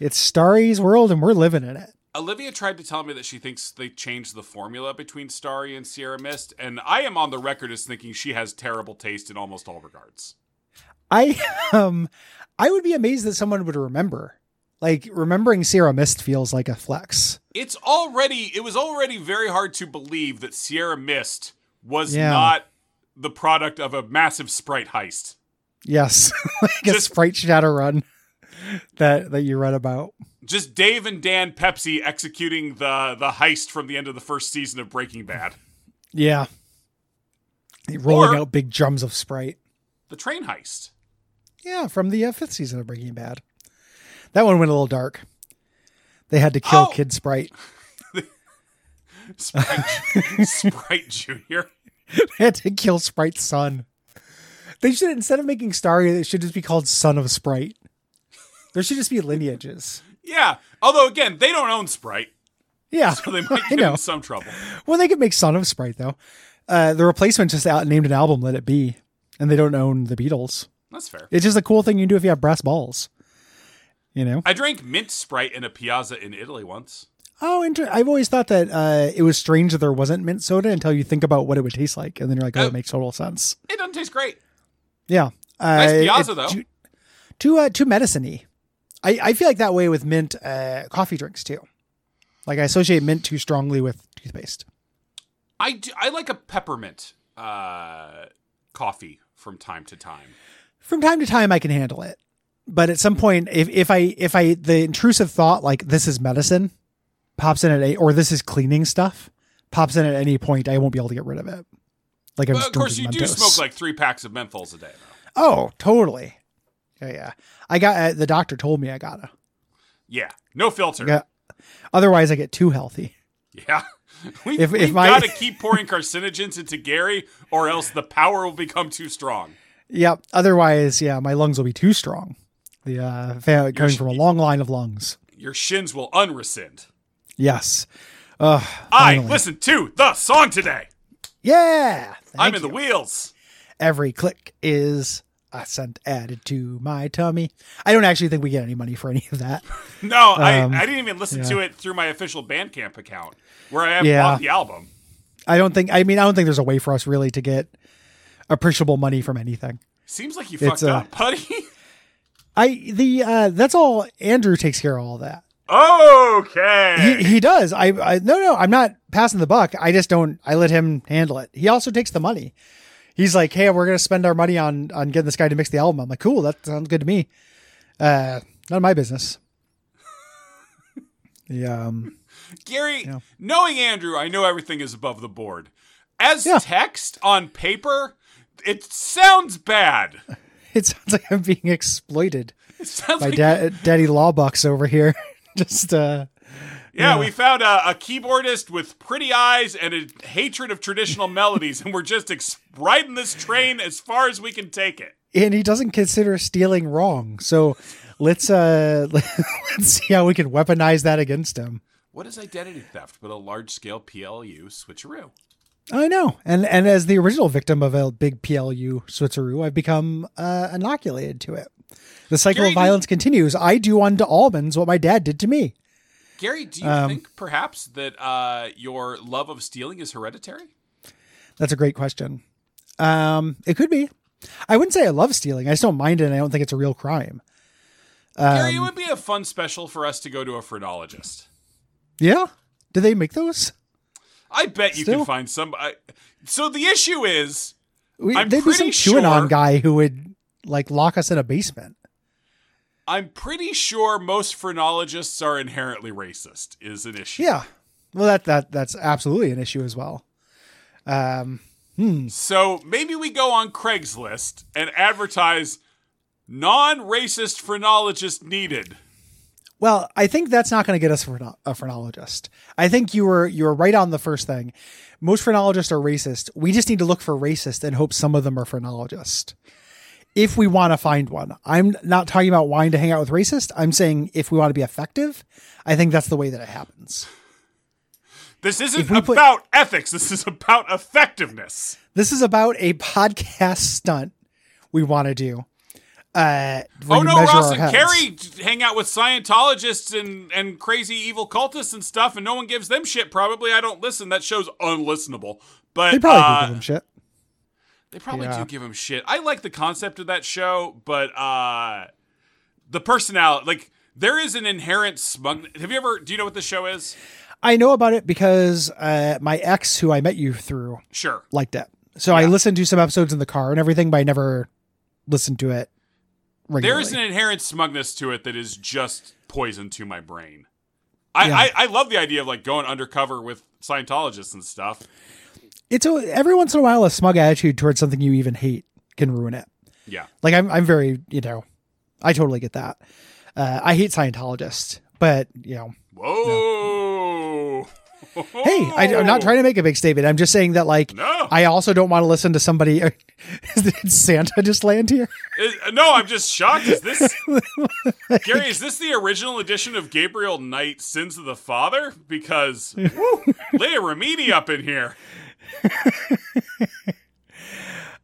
It's Starry's world, and we're living in it. Olivia tried to tell me that she thinks they changed the formula between Starry and Sierra Mist, and I am on the record as thinking she has terrible taste in almost all regards. I um, I would be amazed that someone would remember. Like remembering Sierra Mist feels like a flex. It's already it was already very hard to believe that Sierra Mist was Yeah. not the product of a massive sprite heist. Yes, like a Just- sprite shadow run that that you read about. Just Dave and Dan Pepsi executing the the heist from the end of the first season of Breaking Bad. Yeah. Rolling Or- out big drums of Sprite. The train heist. Yeah, from the uh, fifth season of Breaking Bad. That one went a little dark. They had to kill Oh! Kid Sprite. Sprite, Sprite Junior. they had to kill Sprite's son. They should, instead of making Starry, they should just be called Son of Sprite. There should just be lineages. Yeah. Although again, they don't own Sprite, Yeah. so they might I get know. in some trouble. Well, they could make Son of Sprite, though. Uh, the replacement just out named an album Let It Be, and they don't own the Beatles. That's fair. It's just a cool thing you can do if you have brass balls. You know? I drank mint Sprite in a piazza in Italy once. Oh, inter- I've always thought that uh, it was strange that there wasn't mint soda until you think about what it would taste like, and then you're like, "Oh, Oh. it makes total sense." It doesn't taste great. Yeah, uh, Piazza, it- though. Too, too, uh, too medicine-y. I, I feel like that way with mint uh, coffee drinks too. Like I associate mint too strongly with toothpaste. I do, I like a peppermint uh, coffee from time to time. From time to time, I can handle it, but at some point, if if I if I the intrusive thought like this is medicine pops in at a or this is cleaning stuff pops in at any point, I won't be able to get rid of it. Like I'm But just of course, you drinking do Mentos. smoke like three packs of menthols a day. Though. Oh, totally. Yeah, yeah. I got uh, the doctor told me I gotta. Yeah, no filter. Yeah. Otherwise, I get too healthy. Yeah. We, If- if we've my- got to keep pouring carcinogens into Gary, or else the power will become too strong. Yep. Otherwise, yeah, my lungs will be too strong. The uh, fa- coming from a long line of lungs. Your shins will unrescind. Yes. Ugh. I finally. listen to the song today. Yeah. Thank I'm in you. the wheels. Every click is a cent added to my tummy. I don't actually think we get any money for any of that. No, Um, I, I didn't even listen to it through my official Bandcamp account where I have Yeah. bought the album. I don't think. I mean, I don't think there's a way for us really to get appreciable money from anything. Seems like you It's, fucked uh, up, buddy. I the uh, that's all. Andrew takes care of all that. okay. he, he does. I, I no no. I'm not passing the buck. I just don't. I let him handle it. He also takes the money. He's like, hey, we're gonna spend our money on on getting this guy to mix the album. I'm like, cool. That sounds good to me. Uh, none of my business. yeah. Um, Gary, Yeah. knowing Andrew, I know everything is above the board. As Yeah. text on paper, it sounds bad. It sounds like I'm being exploited It sounds by like da- Daddy Lawbox over here. Just uh, Yeah, we found a, a keyboardist with pretty eyes and a hatred of traditional melodies, and we're just ex- riding this train as far as we can take it. and he doesn't consider stealing wrong. So let's uh, let's see how we can weaponize that against him. What is identity theft but a large scale PLU switcheroo? I know, and and as the original victim of a big PLU switcheroo, I've become uh, inoculated to it. The cycle Gary, of do- violence continues. I do unto almonds what my dad did to me. Gary, do you Um, think perhaps that uh, your love of stealing is hereditary? That's a great question. Um, it could be. I wouldn't say I love stealing. I just don't mind it, and I don't think it's a real crime. um, Gary, it would be a fun special for us to go to a phrenologist. Yeah. Do they make those? I bet you Still- can find some. I, so the issue is, We, I'm there'd be some pretty QAnon sure- guy who would like lock us in a basement. I'm pretty sure most phrenologists are inherently racist. Is an issue. Yeah. Well, that that that's absolutely an issue as well. Um, So maybe we go on Craigslist and advertise non-racist phrenologist needed. Well, I think that's not going to get us phrenon- a phrenologist. I think you were you were right on the first thing. Most phrenologists are racist. We just need to look for racist and hope some of them are phrenologist. If we want to find one, I'm not talking about wanting to hang out with racist. I'm saying if we want to be effective, I think that's the way that it happens. This isn't we put- about ethics. This is about effectiveness. This is about a podcast stunt we want to do. Uh, Oh where you no, measure Ross our and heads. Carrie hang out with Scientologists and, and crazy evil cultists and stuff, and no one gives them shit. Probably I don't listen. That show's unlistenable. But They probably uh, do give them shit. They probably Yeah. do give him shit. I like the concept of that show, but uh the personality, like there is an inherent smugness. Have you ever? Do you know what the show is? I know about it because uh, my ex, who I met you through, Sure. liked it. So I listened to some episodes in the car and everything, but I never listened to it There regularly. is an inherent smugness to it that is just poison to my brain. I, Yeah. I, I love the idea of like going undercover with Scientologists and stuff. it's a, every once in a while a smug attitude towards something you even hate can ruin it. Yeah. Like I'm, I'm very, you know, I totally get that. Uh, I hate Scientologists, but you know, Whoa. hey, I, I'm not trying to make a big statement. I'm just saying that like No. I also don't want to listen to somebody. Did Santa just land here? Is- Uh, no, I'm just shocked. Is this Gary? Is this the original edition of Gabriel Knight Sins of the Father? Because woo, Leia Remedi up in here.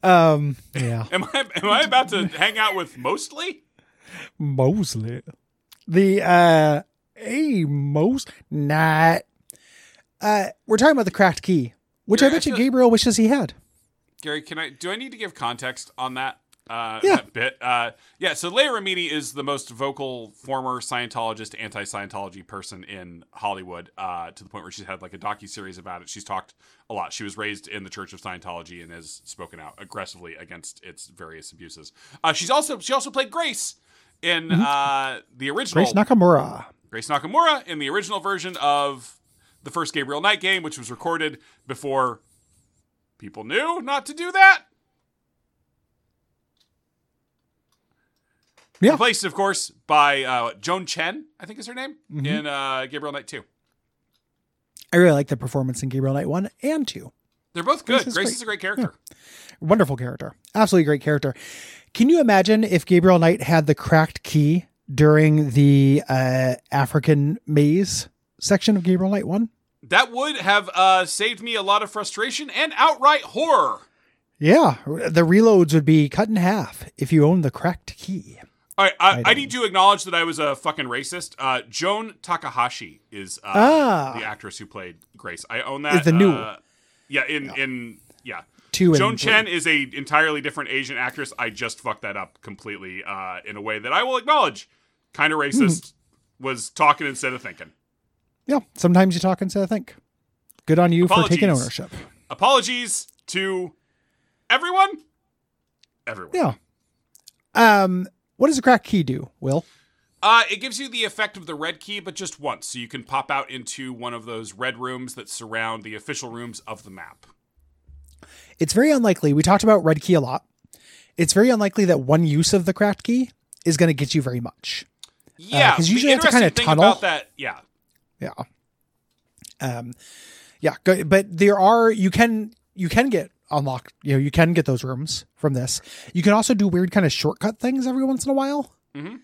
Um, yeah. Am I am I about to hang out with mostly? Mosley. The uh hey Mos not uh we're talking about the cracked key, which Yeah, I bet I you feel- Gabriel wishes he had. Gary, can I do I need to give context on that? Uh, Yeah. that bit. Uh, yeah, so Leia Remini is the most vocal former Scientologist, anti Scientology person in Hollywood, uh, to the point where she's had like a docu series about it. She's talked a lot. She was raised in the Church of Scientology and has spoken out aggressively against its various abuses. Uh, she's also she also played Grace in uh, the original Mm-hmm. Grace Nakamura. Grace Nakamura in the original version of the first Gabriel Knight game, which was recorded before people knew not to do that. Yeah. Replaced, of course, by uh, Joan Chen, I think is her name, Mm-hmm. in uh, Gabriel Knight 2. I really like the performance in Gabriel Knight one and two. They're both good. Grace, Grace is great. is a great character. Wonderful character. Absolutely great character. Can you imagine if Gabriel Knight had the cracked key during the uh African maze section of Gabriel Knight one? That would have uh, saved me a lot of frustration and outright horror. Yeah. The reloads would be cut in half if you own the cracked key. All right, I, I, don't- need to acknowledge that I was a fucking racist. Uh, Joan Takahashi is uh, Ah. the actress who played Grace. I own that. Is the new uh, yeah, in in yeah. Two and Joan three. Chen is a entirely different Asian actress. I just fucked that up completely uh, in a way that I will acknowledge. Kind Hmm. of racist. Was talking instead of thinking. yeah, sometimes you talk instead of think. Good on you for taking Apologies. ownership. Apologies to everyone. Everyone. Yeah. Um, what does a crack key do, Will? Uh, it gives you the effect of the red key, but just once, so you can pop out into one of those red rooms that surround the official rooms of the map. Uh, It's very unlikely. We talked about red key a lot. It's very unlikely that one use of the craft key is going to get you very much. Yeah, 'cause the usually you have to interesting kinda thing tunnel. about that, yeah, Yeah. Um, yeah, go, but there are you can you can get unlocked. You know, you can get those rooms from this. You can also do weird kind of shortcut things every once in a while. Mhm.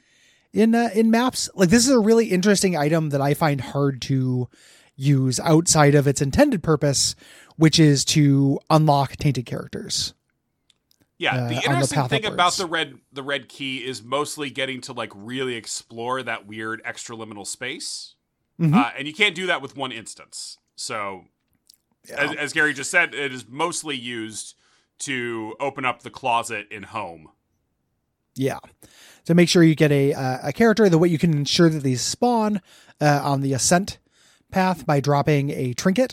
In uh, in maps, like this is a really interesting item that I find hard to use outside of its intended purpose, which is to unlock tainted characters. yeah. Uh, on the the interesting path thing about upwards. the red the red key is mostly getting to like really explore that weird extraliminal space, Mhm. uh, and you can't do that with one instance. So, as, as Gary just said, it is mostly used to open up the closet in home. Yeah. So make sure you get a uh, a character. The way you can ensure that these spawn uh, on the ascent path by dropping a trinket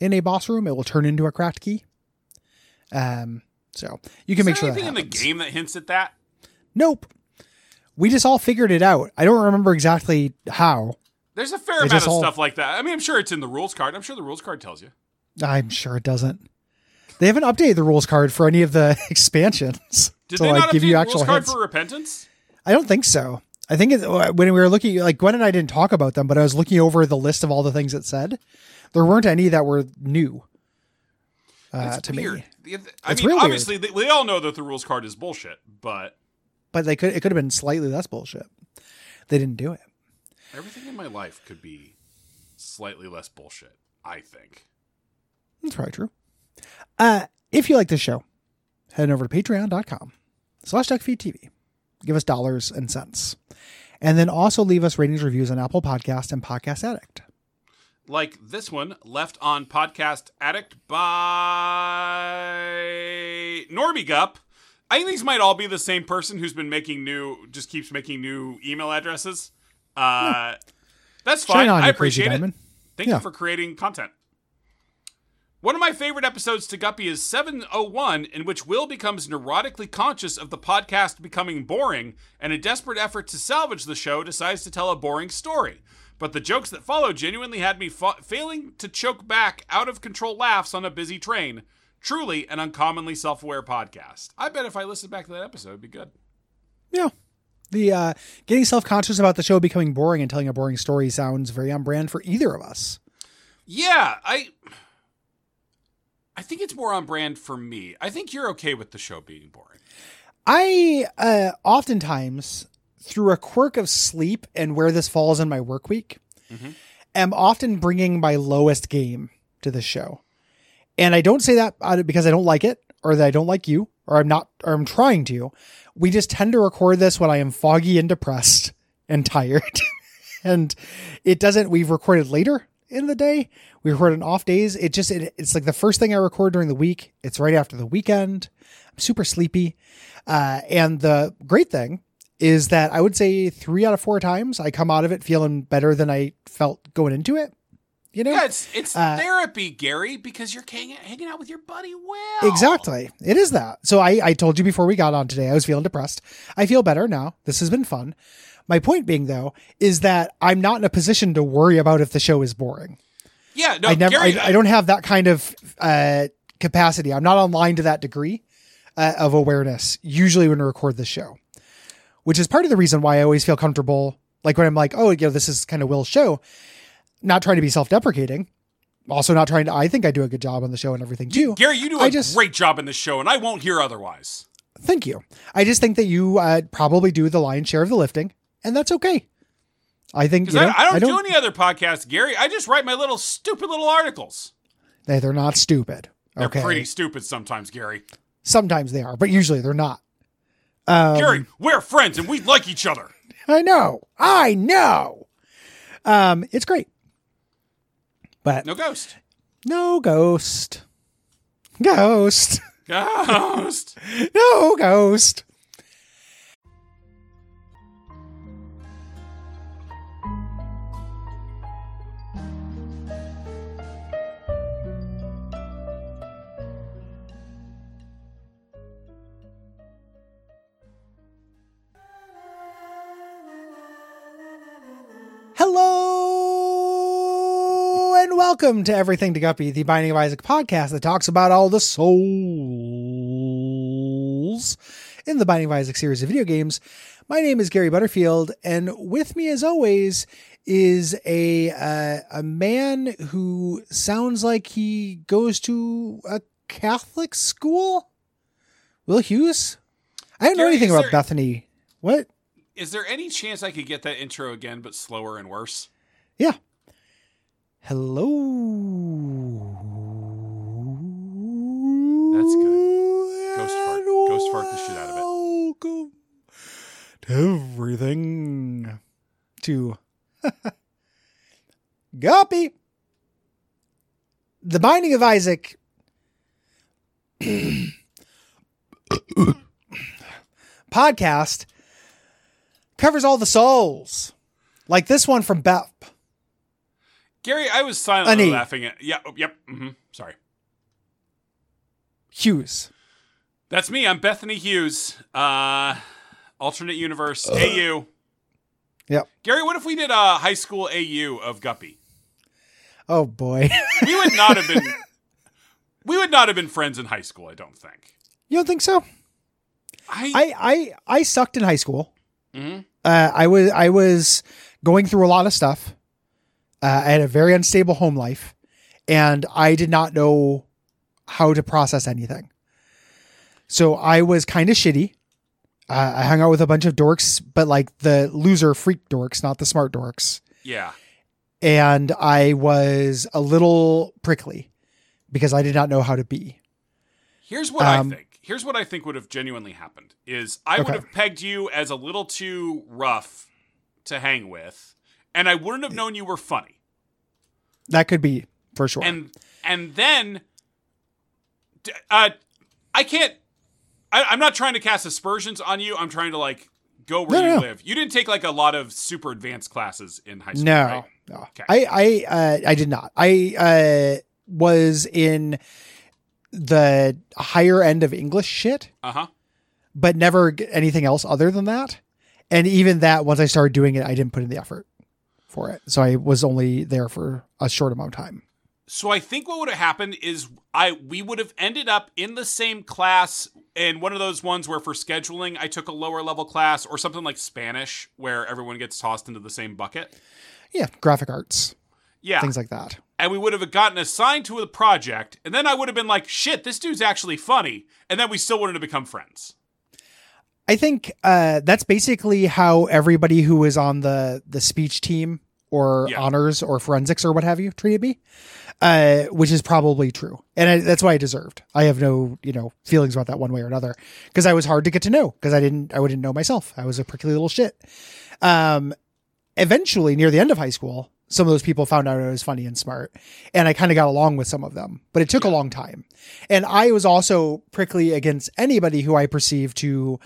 in a boss room, it will turn into a craft key. Um, so you can Is make there sure that anything in the happens. game that hints at that? Nope. We just all figured it out. I don't remember exactly how. There's a fair They amount just of all- stuff like that. I mean, I'm sure it's in the rules card. I'm sure the rules card tells you. I'm sure it doesn't. They haven't updated the rules card for any of the expansions Did to they like not give update you the actual rules card hints. for Repentance? I don't think so. I think it's, uh, when we were looking, like Gwen and I didn't talk about them, but I was looking over the list of all the things it said. There weren't any that were new uh, That's to weird. me, The- the- I It's mean, real weird. obviously, they, they all know that the rules card is bullshit, but but they could it could have been slightly less bullshit. They didn't do it. everything in my life could be slightly less bullshit, I think. That's probably true. Uh, if you like this show, head on over to patreon.com slash duckfeedtv. Give us dollars and cents. And then also leave us ratings reviews on Apple Podcast and Podcast Addict. Like this one, left on Podcast Addict by Normie Gup. I think these might all be the same person who's been making new, just keeps making new email addresses. Hmm. Uh, That's fine. Shine on, I you appreciate crazy it. diamond. Thank Yeah. you for creating content. One of my favorite episodes to Guppy is 701, in which Will becomes neurotically conscious of the podcast becoming boring, and a desperate effort to salvage the show decides to tell a boring story. But the jokes that follow genuinely had me fa- failing to choke back out of control laughs on a busy train. Truly an uncommonly self aware podcast. I bet if I listened back to that episode, it'd be good. Yeah. The uh, getting self conscious about the show becoming boring and telling a boring story sounds very on brand for either of us. Yeah, I I think it's more on brand for me. I think you're okay with the show being boring. I uh, oftentimes, through a quirk of sleep and where this falls in my work week, Mhm. am often bringing my lowest game to the show. And I don't say that out of- because I don't like it or that I don't like you or I'm not or I'm trying to. We just tend to record this when I am foggy and depressed and tired. and it doesn't we've recorded later in the day. We record on off days. It just it, it's like the first thing I record during the week. It's right after the weekend. I'm super sleepy. Uh, and the great thing is that I would say three out of four times I come out of it feeling better than I felt going into it. You know? Yeah, it's it's Uh, therapy, Gary, because you're hanging, hanging out with your buddy Will. Exactly. It is that. So I, I told you before we got on today, I was feeling depressed. I feel better now. This has been fun. My point being, though, is that I'm not in a position to worry about if the show is boring. Yeah, no, I never, Gary, I, I don't have that kind of uh, capacity. I'm not online to that degree uh, of awareness, usually when I record this show, which is part of the reason why I always feel comfortable. Like when I'm like, oh, you know, this is kind of Will's show, not trying to be self deprecating. Also, not trying to, I think I do a good job on the show and everything too. Gary, you do a I just- great job in this show, and I won't hear otherwise. Thank you. I just think that you uh, probably do the lion's share of the lifting, and that's okay. I think Because you know, I, don't do any other podcasts, Gary. I just write my little stupid little articles. They, they're not stupid. They're okay. pretty stupid sometimes, Gary. Sometimes they are, but usually they're not. Um, Gary, we're friends and we like each other. I know. I know. Um, it's great, but No ghost. no ghost. Ghost. Ghost. No ghost. Welcome to Everything to Guppy, the Binding of Isaac podcast that talks about all the souls in the Binding of Isaac series of video games. My name is Gary Butterfield, and with me, as always, is a uh, a man who sounds like he goes to a Catholic school. Will Hughes? I don't know Gary, anything is about there- Bethany. What? Is there any chance I could get that intro again, but slower and worse? Hello. That's good. Ghost fart. Ghost fart the shit out of it. Welcome to everything to Guppy. The Binding of Isaac. podcast covers all the souls, like this one from Bep. Gary, I was silently Ani. laughing at. Yeah, oh, yep. hmm sorry. Hughes. That's me. I'm Bethany Hughes. Uh, alternate universe AU. Uh, Yep. Gary, what if we did a high school AU of Guppy? Oh boy. We would not have been. we would not have been friends in high school. I don't think. you don't think so? I. I I I sucked in high school. Mhm. Uh, I was I was going through a lot of stuff. Uh, I had a very unstable home life, and I did not know how to process anything. So I was kind of shitty. Uh, I hung out with a bunch of dorks, but like the loser freak dorks, not the smart dorks yeah. and I was a little prickly because I did not know how to be. Here's what Um, I think. Here's what I think would have genuinely happened is I would Okay. have pegged you as a little too rough to hang with, and I wouldn't have known you were funny. That could be for sure. And and then, d- uh, I can't. I, I'm not trying to cast aspersions on you. I'm trying to like go where No, you no. live. You didn't take like a lot of super advanced classes in high school. no, right? no. Okay. I I uh, I did not. I uh, was in the higher end of English shit, Uh huh. but never g- anything else other than that. And even that, once I started doing it, I didn't put in the effort for it. So I was only there for a short amount of time. So I think what would have happened is I we would have ended up in the same class in one of those ones where for scheduling I took a lower level class or something like Spanish where everyone gets tossed into the same bucket. Yeah, graphic arts, Yeah. things like that. and we would have gotten assigned to a project and then I would have been like, "Shit, this dude's actually funny." And then we still wouldn't have become friends. I think uh, that's basically how everybody who was on the the speech team or Yeah. honors or forensics or what have you treated me, uh, which is probably true, and I, that's why I deserved. I have no you know feelings about that one way or another because I was hard to get to know because I didn't I wouldn't know myself. I was a prickly little shit. Um, eventually, near the end of high school, some of those people found out I was funny and smart, and I kind of got along with some of them, but it took a long time. And I was also prickly against anybody who I perceived to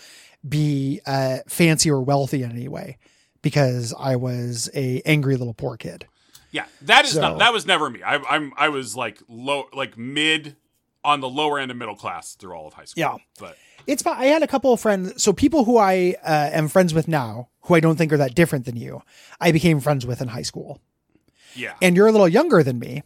be uh, fancy or wealthy in any way, because I was a angry little poor kid. Yeah. That is So- not, that was never me. I I'm I was like low like mid on the lower end of middle class through all of high school. Yeah. But It's fi- I had a couple of friends, so people who I uh, am friends with now, who I don't think are that different than you, I became friends with in high school. yeah. and you're a little younger than me.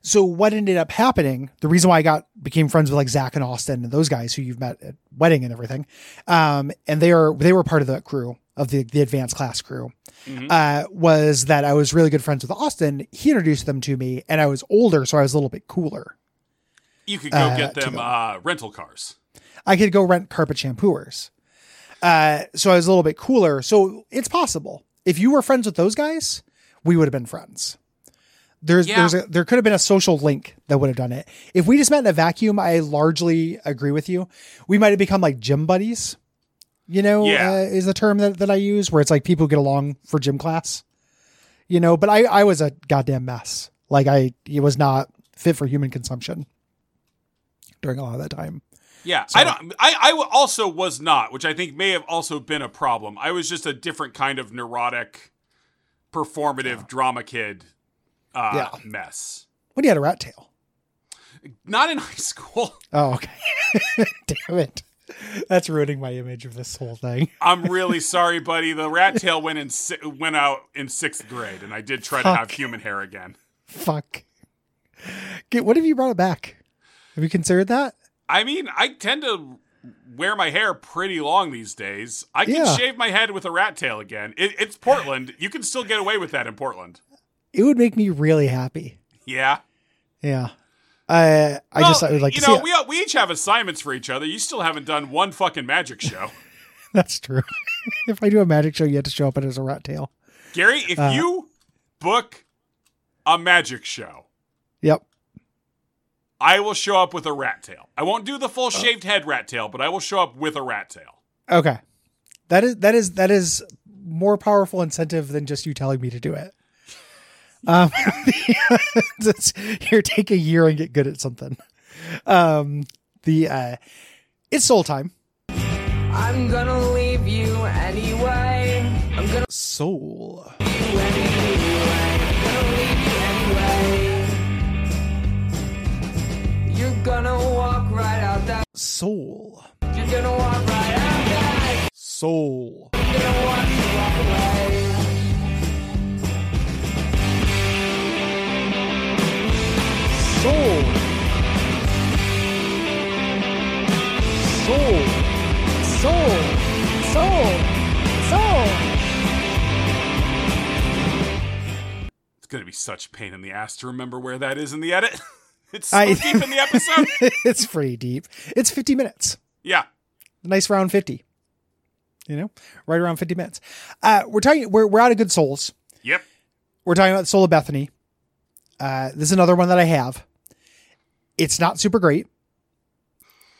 So what ended up happening, the reason why I got became friends with like Zach and Austin and those guys who you've met at wedding and everything, um, and they are they were part of the crew of the the advanced class crew, Mhm. uh, was that I was really good friends with Austin. He introduced them to me, and I was older, so I was a little bit cooler. you could go uh, get to them go- uh rental cars. I could go rent carpet shampooers. Uh, so I was a little bit cooler. So it's possible. If you were friends with those guys, we would have been friends. There's, Yeah. there's a, there could have been a social link that would have done it. If we just met in a vacuum, I largely agree with you. We might have become like gym buddies, you know, Yeah. uh, is the term that, that I use where it's like people get along for gym class, you know, but I, I was a goddamn mess. Like I, it was not fit for human consumption during a lot of that time. Yeah, So- I don't. I I w- also was not, which I think may have also been a problem. I was just a different kind of neurotic, performative drama kid uh, Yeah. mess. When you had a rat tail. Not in high school. Oh, okay. Damn it. That's ruining my image of this whole thing. I'm really sorry, buddy. The rat tail went in si- went out in sixth grade, and I did try to have Fuck. human hair again. Fuck. Get, what if you brought it back? Have you considered that? I mean, I tend to wear my hair pretty long these days. I can Yeah. shave my head with a rat tail again. It, it's Portland. You can still get away with that in Portland. It would make me really happy. Yeah. Yeah. I I just I would like you to know, see it. we we each have assignments for each other. You still haven't done one fucking magic show, That's true. if I do a magic show, you have to show up as a rat tail. Gary. If Uh-huh. you book a magic show, Yep. I will show up with a rat tail. I won't do the Uh. full shaved head rat tail, but I will show up with a rat tail. Okay. That is that is that is more powerful incentive than just you telling me to do it. Um, it's- here, take a year and get good at something. Um, the uh, it's soul time. I'm gonna leave you anyway. I'm gonna Soul. leave you anyway. I'm gonna leave you anyway. You're gonna walk right out that. Soul. You're gonna walk right out that. Soul. You're gonna watch me walk away. Soul. Soul. Soul. Soul. Soul. It's gonna be such a pain in the ass to remember where that is in the edit. It's so I- deep in the episode. it's pretty deep. It's 50 minutes. yeah. nice round 50 you know right around 50 minutes uh we're talking we're, we're out of good souls Yep. we're talking about the soul of bethany uh this is another one that i have it's not super great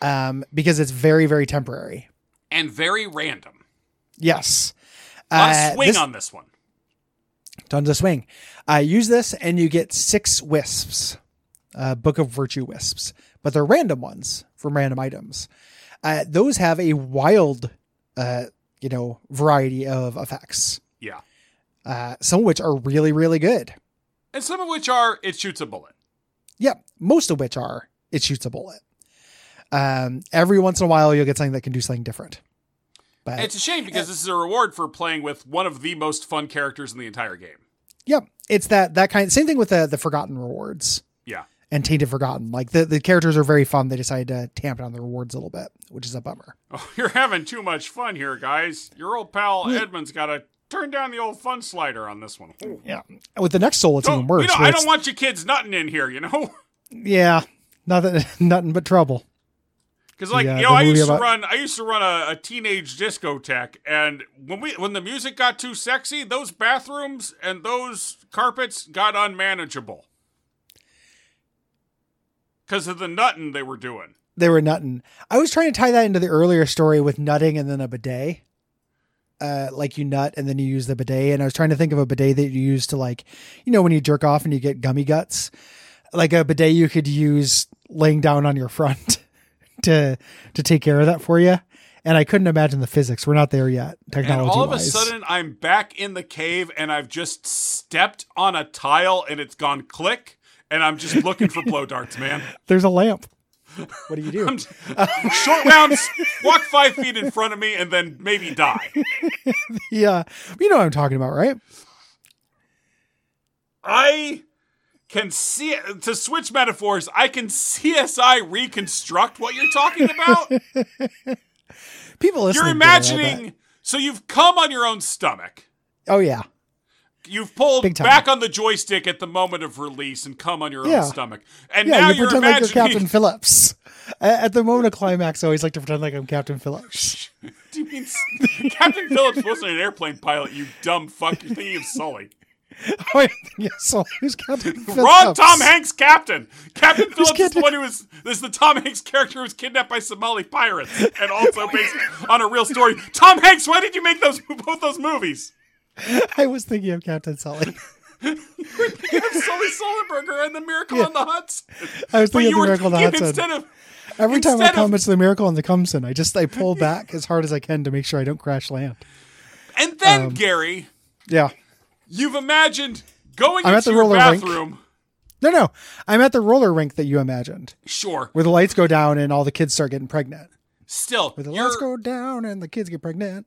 um because it's very very temporary And very random. yes A lot of Uh, swing this- on this one. tons of swing uh use this and you get six wisps uh book of virtue wisps but they're random ones from random items uh those have a wild uh you know variety of effects Yeah. uh, some of which are really, really good. And some of which are it shoots a bullet. Yeah, most of which are it shoots a bullet. Um, every once in a while, you'll get something that can do something different. But It's a shame because this is a reward for playing with one of the most fun characters in the entire game. yeah, it's that that kind. Same thing with the the forgotten rewards Yeah. and tainted forgotten. Like the the characters are very fun. They decided to tamp down the rewards a little bit, which is a bummer. Oh, you're having too much fun here, guys. Your old pal Edmund's got to turn down the old fun slider on this one. Ooh. Yeah. With the next soul, it's Don't- even worse. you know, where I it's- don't want you kids nutting in here, you know? yeah, nothing, nothing but trouble. Because like Yeah, you know, the I movie used to about- run I used to run a, a teenage discotheque, and when we when the music got too sexy, those bathrooms and those carpets got unmanageable because of the nutting they were doing. they were nutting. I was trying to tie that into the earlier story with nutting and then a bidet. Uh, like you nut and then you use the bidet. And I was trying to think of a bidet that you use to like, you know, when you jerk off and you get gummy guts, like a bidet you could use laying down on your front to to take care of that for you. And I couldn't imagine the physics. We're not there yet, And technology all of a wise. sudden, I'm back in the cave, and I've just stepped on a tile, and it's gone click. And I'm just looking for blow darts, man. There's a lamp. What do you do? Short rounds, walk five feet in front of me, and then maybe die. yeah, you know what I'm talking about, right? I can see to switch metaphors. I can CSI reconstruct what you're talking about. People listening. you're get it, I bet. imagining. So you've come on your own stomach. Oh yeah, You've pulled Big time. back on the joystick at the moment of release and come on your Yeah. own stomach. And Yeah, now you you're pretend imagining. like you're Captain Phillips. A- At the moment of climax, I always like to pretend like I'm Captain Phillips. Do you mean s- Captain Phillips wasn't an airplane pilot? You dumb fuck! You're thinking of Sully. Oh, yeah, yes, I was Captain Phillips. Wrong Tom Hanks captain. Captain Phillips is the kidding. one who was is the Tom Hanks character who was kidnapped by Somali pirates and also based on a real story. Tom Hanks, why did you make those both those movies? I was thinking of Captain Sully. You have Sully Sullenberger and the Miracle on the Huts. I was But thinking you of the were Miracle on the thinking Hudson. instead of Every time I instead come, of- it's the Miracle on the Cumson. I just I pull back as hard as I can to make sure I don't crash land. and then um, Gary, Yeah. you've imagined going I'm at into the your roller rink. bathroom. No, no. I'm at the roller rink that you imagined, Sure. where the lights go down and all the kids start getting pregnant. Still, Where the you're- lights go down and the kids get pregnant.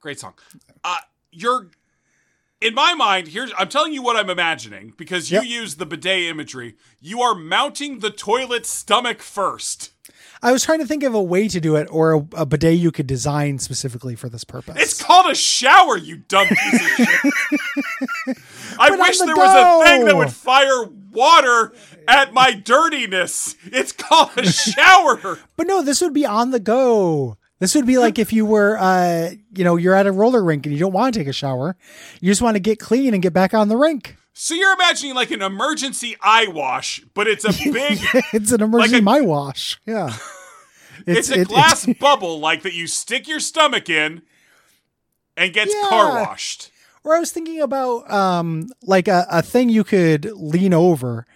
great song. Uh, you're in my mind, here's I'm telling you what I'm imagining because you Yep. use the bidet imagery. You are mounting the toilet stomach first. I was trying to think of a way to do it or a, a bidet you could design specifically for this purpose. It's called a shower, you dumb piece of shit. I But on wish the there was a thing that go. would fire water at my dirtiness. It's called a shower. But no, this would be on the go. This would be like if you were, uh, you know, you're at a roller rink and you don't want to take a shower. You just want to get clean and get back on the rink. so you're imagining like an emergency eye wash, but it's a big It's an emergency a- my wash. Yeah. It's, a it- glass bubble like that you stick your stomach in and gets car Yeah. washed. or I was thinking about um, like a, a thing you could lean over.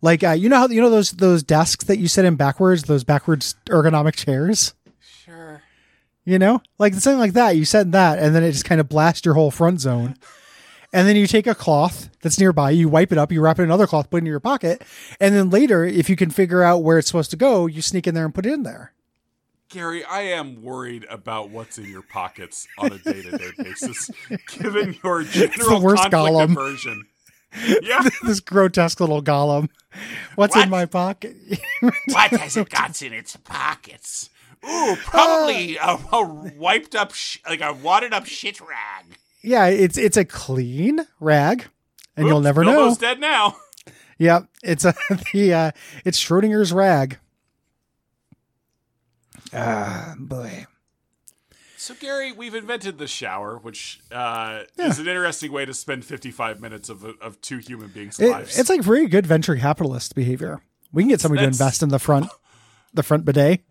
Like uh, you know how you know those those desks that you sit in backwards, those backwards ergonomic chairs. Sure. You know, like something like that. You said that, and then it just kind of blasts your whole front zone. And then you take a cloth that's nearby, you wipe it up, you wrap it in another cloth, put it in your pocket, and then later, if you can figure out where it's supposed to go, you sneak in there and put it in there. Gary, I am worried about what's in your pockets on a day to day basis, given your general worst conflict Gollum. aversion. Yeah. This grotesque little golem. What's What? in my pocket? what has it got in its pockets? Ooh, probably Uh. a, a wiped up, sh- like a wadded up shit rag. yeah, it's it's a clean rag, and you'll Oops, never know. Bilbo's dead now. Yep, it's a the uh, it's Schrodinger's rag. Ah, boy. So, Gary, we've invented the shower, which uh, is an interesting way to spend 55 minutes of, of two human beings' It- lives. it's like very good venture capitalist behavior. We can get somebody That's- to invest in the front, the front bidet.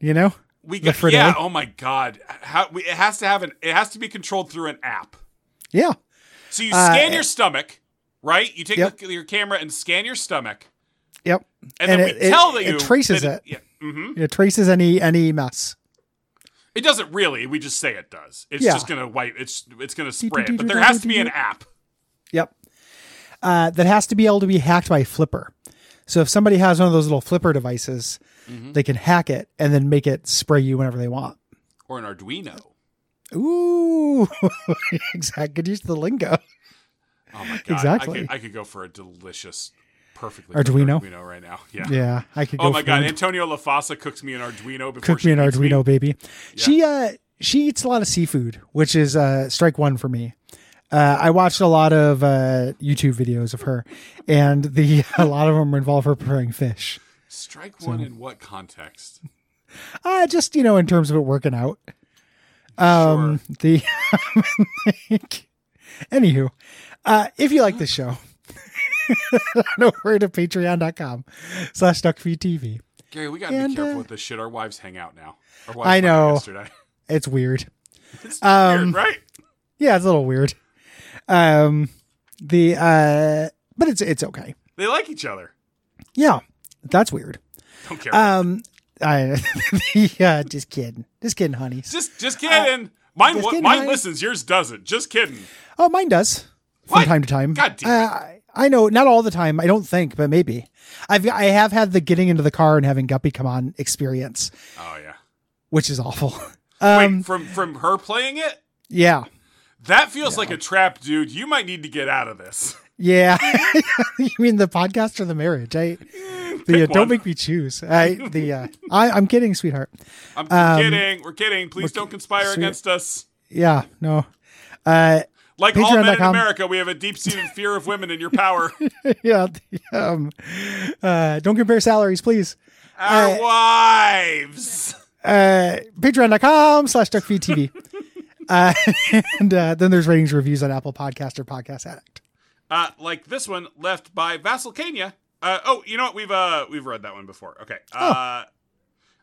You know, we the got, Fridell. yeah. Oh my God! How, we, it has to have an. It has to be controlled through an app. yeah, So you Uh, scan your stomach, right? You take Yep. the, your camera and scan your stomach, yep. and, And then it- we tell it- that it you traces that it. Yeah, hmm It traces any any mess. It doesn't really. We just say it does. It's Yeah. just gonna wipe. It's it's gonna spray it. But there has to be an app. Yep. Uh, that has to be able to be hacked by Flipper. So if somebody has one of those little Flipper devices, Mm-hmm. they can hack it and then make it spray you whenever they want. Or an Arduino. Ooh, exactly. Good use of the lingo. Oh my god! I Exactly. could, I could go for a delicious, perfectly Arduino? cooked Arduino right now. Yeah. Yeah, I could. Go Oh my for god! it. Antonio Lafasa cooks me an Arduino before cook she me an eats me. Arduino, baby. She uh she eats a lot of seafood, which is uh strike one for me. Uh, I watched a lot of uh, YouTube videos of her, and the a lot of them involve her preparing fish. Strike one in what context? Uh, just you know, in terms of it working out. Um, The like, anywho, uh, if you like this show, head over to Patreon.com/slash DuckFeedTV. Gary, we gotta be And, careful uh, with this shit. Our wives hang out now. Our wives I hung out know. Yesterday. It's weird. It's Um, weird, right? Yeah, it's a little weird. Um, the uh, but it's it's okay. They like each other. Yeah, that's weird. Don't care. Um, I yeah, just kidding, just kidding, honey. just just kidding. mine uh, just wa- kidding, mine honey. listens. Yours doesn't. Just kidding. Oh, mine does from What? time to time. God damn it. Uh, I- I know, not all the time. I don't think, but maybe. I've I have had the getting into the car and having Guppy come on experience, Oh yeah. which is awful. Um, Wait, from from her playing it, yeah, that feels like a trap, dude. You might need to get out of this. yeah. you mean the podcast or the marriage? I the uh, Eh, Pick one. don't make me choose. I the uh, I I'm kidding, sweetheart. I'm Um, kidding. We're kidding. Please don't conspire against us. Yeah, no. Uh, Like all men in Patreon.com. America, we have a deep-seated fear of women and your power. yeah. the, Um, uh, don't compare salaries, please. Our wives. Uh, Patreon.com slash DuckFeedTV. uh, and uh, then there's ratings reviews on Apple Podcast or Podcast Addict. Uh, like this one left by Vasilkania. Uh, oh, you know what? We've uh, we've read that one before. Okay. Uh,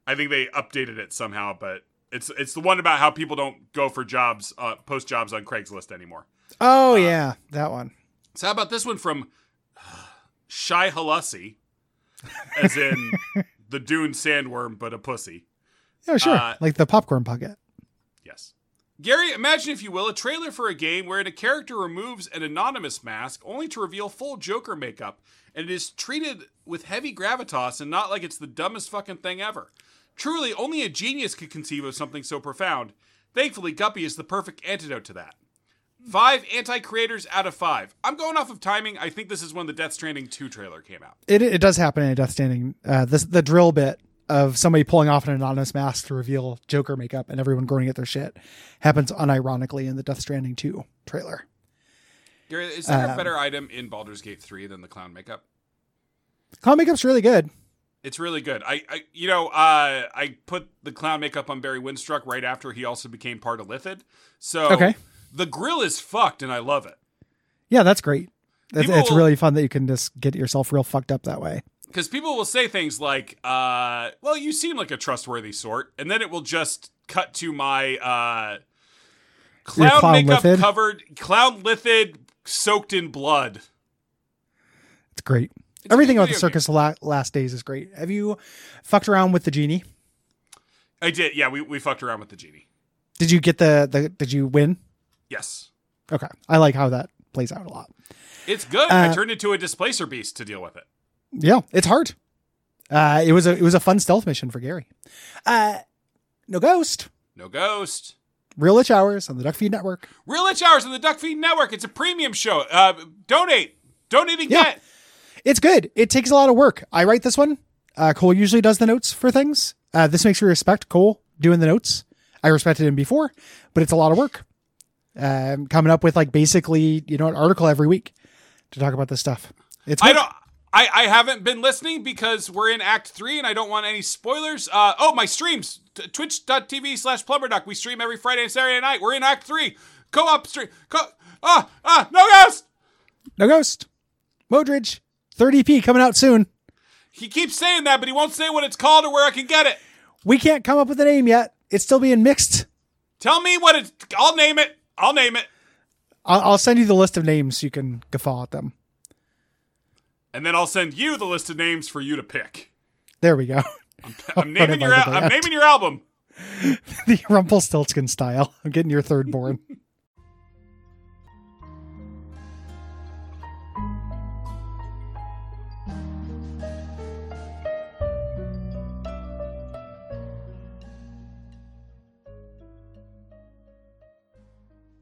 I think they updated it somehow, but it's it's the one about how people don't go for jobs, uh, post jobs on Craigslist anymore. Oh, yeah. That one. So how about this one from Shy Halussi, as in the Dune sandworm, but a pussy. Oh, sure. uh, like the popcorn pocket. Yes. Gary, imagine if you will a trailer for a game wherein a character removes an anonymous mask only to reveal full Joker makeup, and it is treated with heavy gravitas and not like it's the dumbest fucking thing ever. Truly, only a genius could conceive of something so profound. Thankfully, Guppy is the perfect antidote to that. Five anti creators out of five. I'm going off of timing. I think this is when the Death Stranding 2 trailer came out. It, it does happen in a Death Standing. Uh, this the drill bit of somebody pulling off an anonymous mask to reveal Joker makeup and everyone groaning at their shit happens unironically in the Death Stranding 2 trailer. Gary, is there a better item in Baldur's Gate 3 than the clown makeup? Clown makeup's really good. It's really good. I, I you know, uh, I put the clown makeup on Barry Windstruck right after he also became part of Lithid. So Okay. the grill is fucked and I love it. Yeah, that's great. It's, People it's will- really fun that you can just get yourself real fucked up that way. Because people will say things like, uh, well, you seem like a trustworthy sort. And then it will just cut to my uh, clown, clown makeup Lithid? covered, clown Lithid soaked in blood. It's great. Everything about the video Circus la- Last Days is great. Have you fucked around with the genie? I did. Yeah, we, we fucked around with the genie. Did you get the, the did you win? Yes. Okay. I like how that plays out a lot. It's good. I Uh, turned into a displacer beast to deal with it. Yeah, it's hard. Uh, it was a it was a fun stealth mission for Gary. Uh, no ghost. No ghost. Real itch hours on the Duck Feed Network. Real Itch Hours on the Duck Feed Network. It's a premium show. Uh, donate. Donate and Yeah. get. It's good. It takes a lot of work. I write this one. Uh, Cole usually does the notes for things. Uh, this makes me respect Cole doing the notes. I respected him before, but it's a lot of work. Um, coming up with like basically you know an article every week to talk about this stuff. It's I good. don't. I, I haven't been listening because we're in Act 3 and I don't want any spoilers. Uh, oh, my streams. T- Twitch.tv slash plumberduck. We stream every Friday and Saturday night. We're in Act 3. Co-op stream. Co- ah, ah, no ghost. no ghost. Modridge 30p coming out soon. He keeps saying that, but he won't say what it's called or where I can get it. We can't come up with a name yet. It's still being mixed. Tell me what it's... I'll name it. I'll name it. I'll, I'll send you the list of names so you can guffaw at them. And then I'll send you the list of names for you to pick. There we go. Oh, I'm naming your... Al- I'm naming your album. the Rumpelstiltskin style. I'm getting your third born.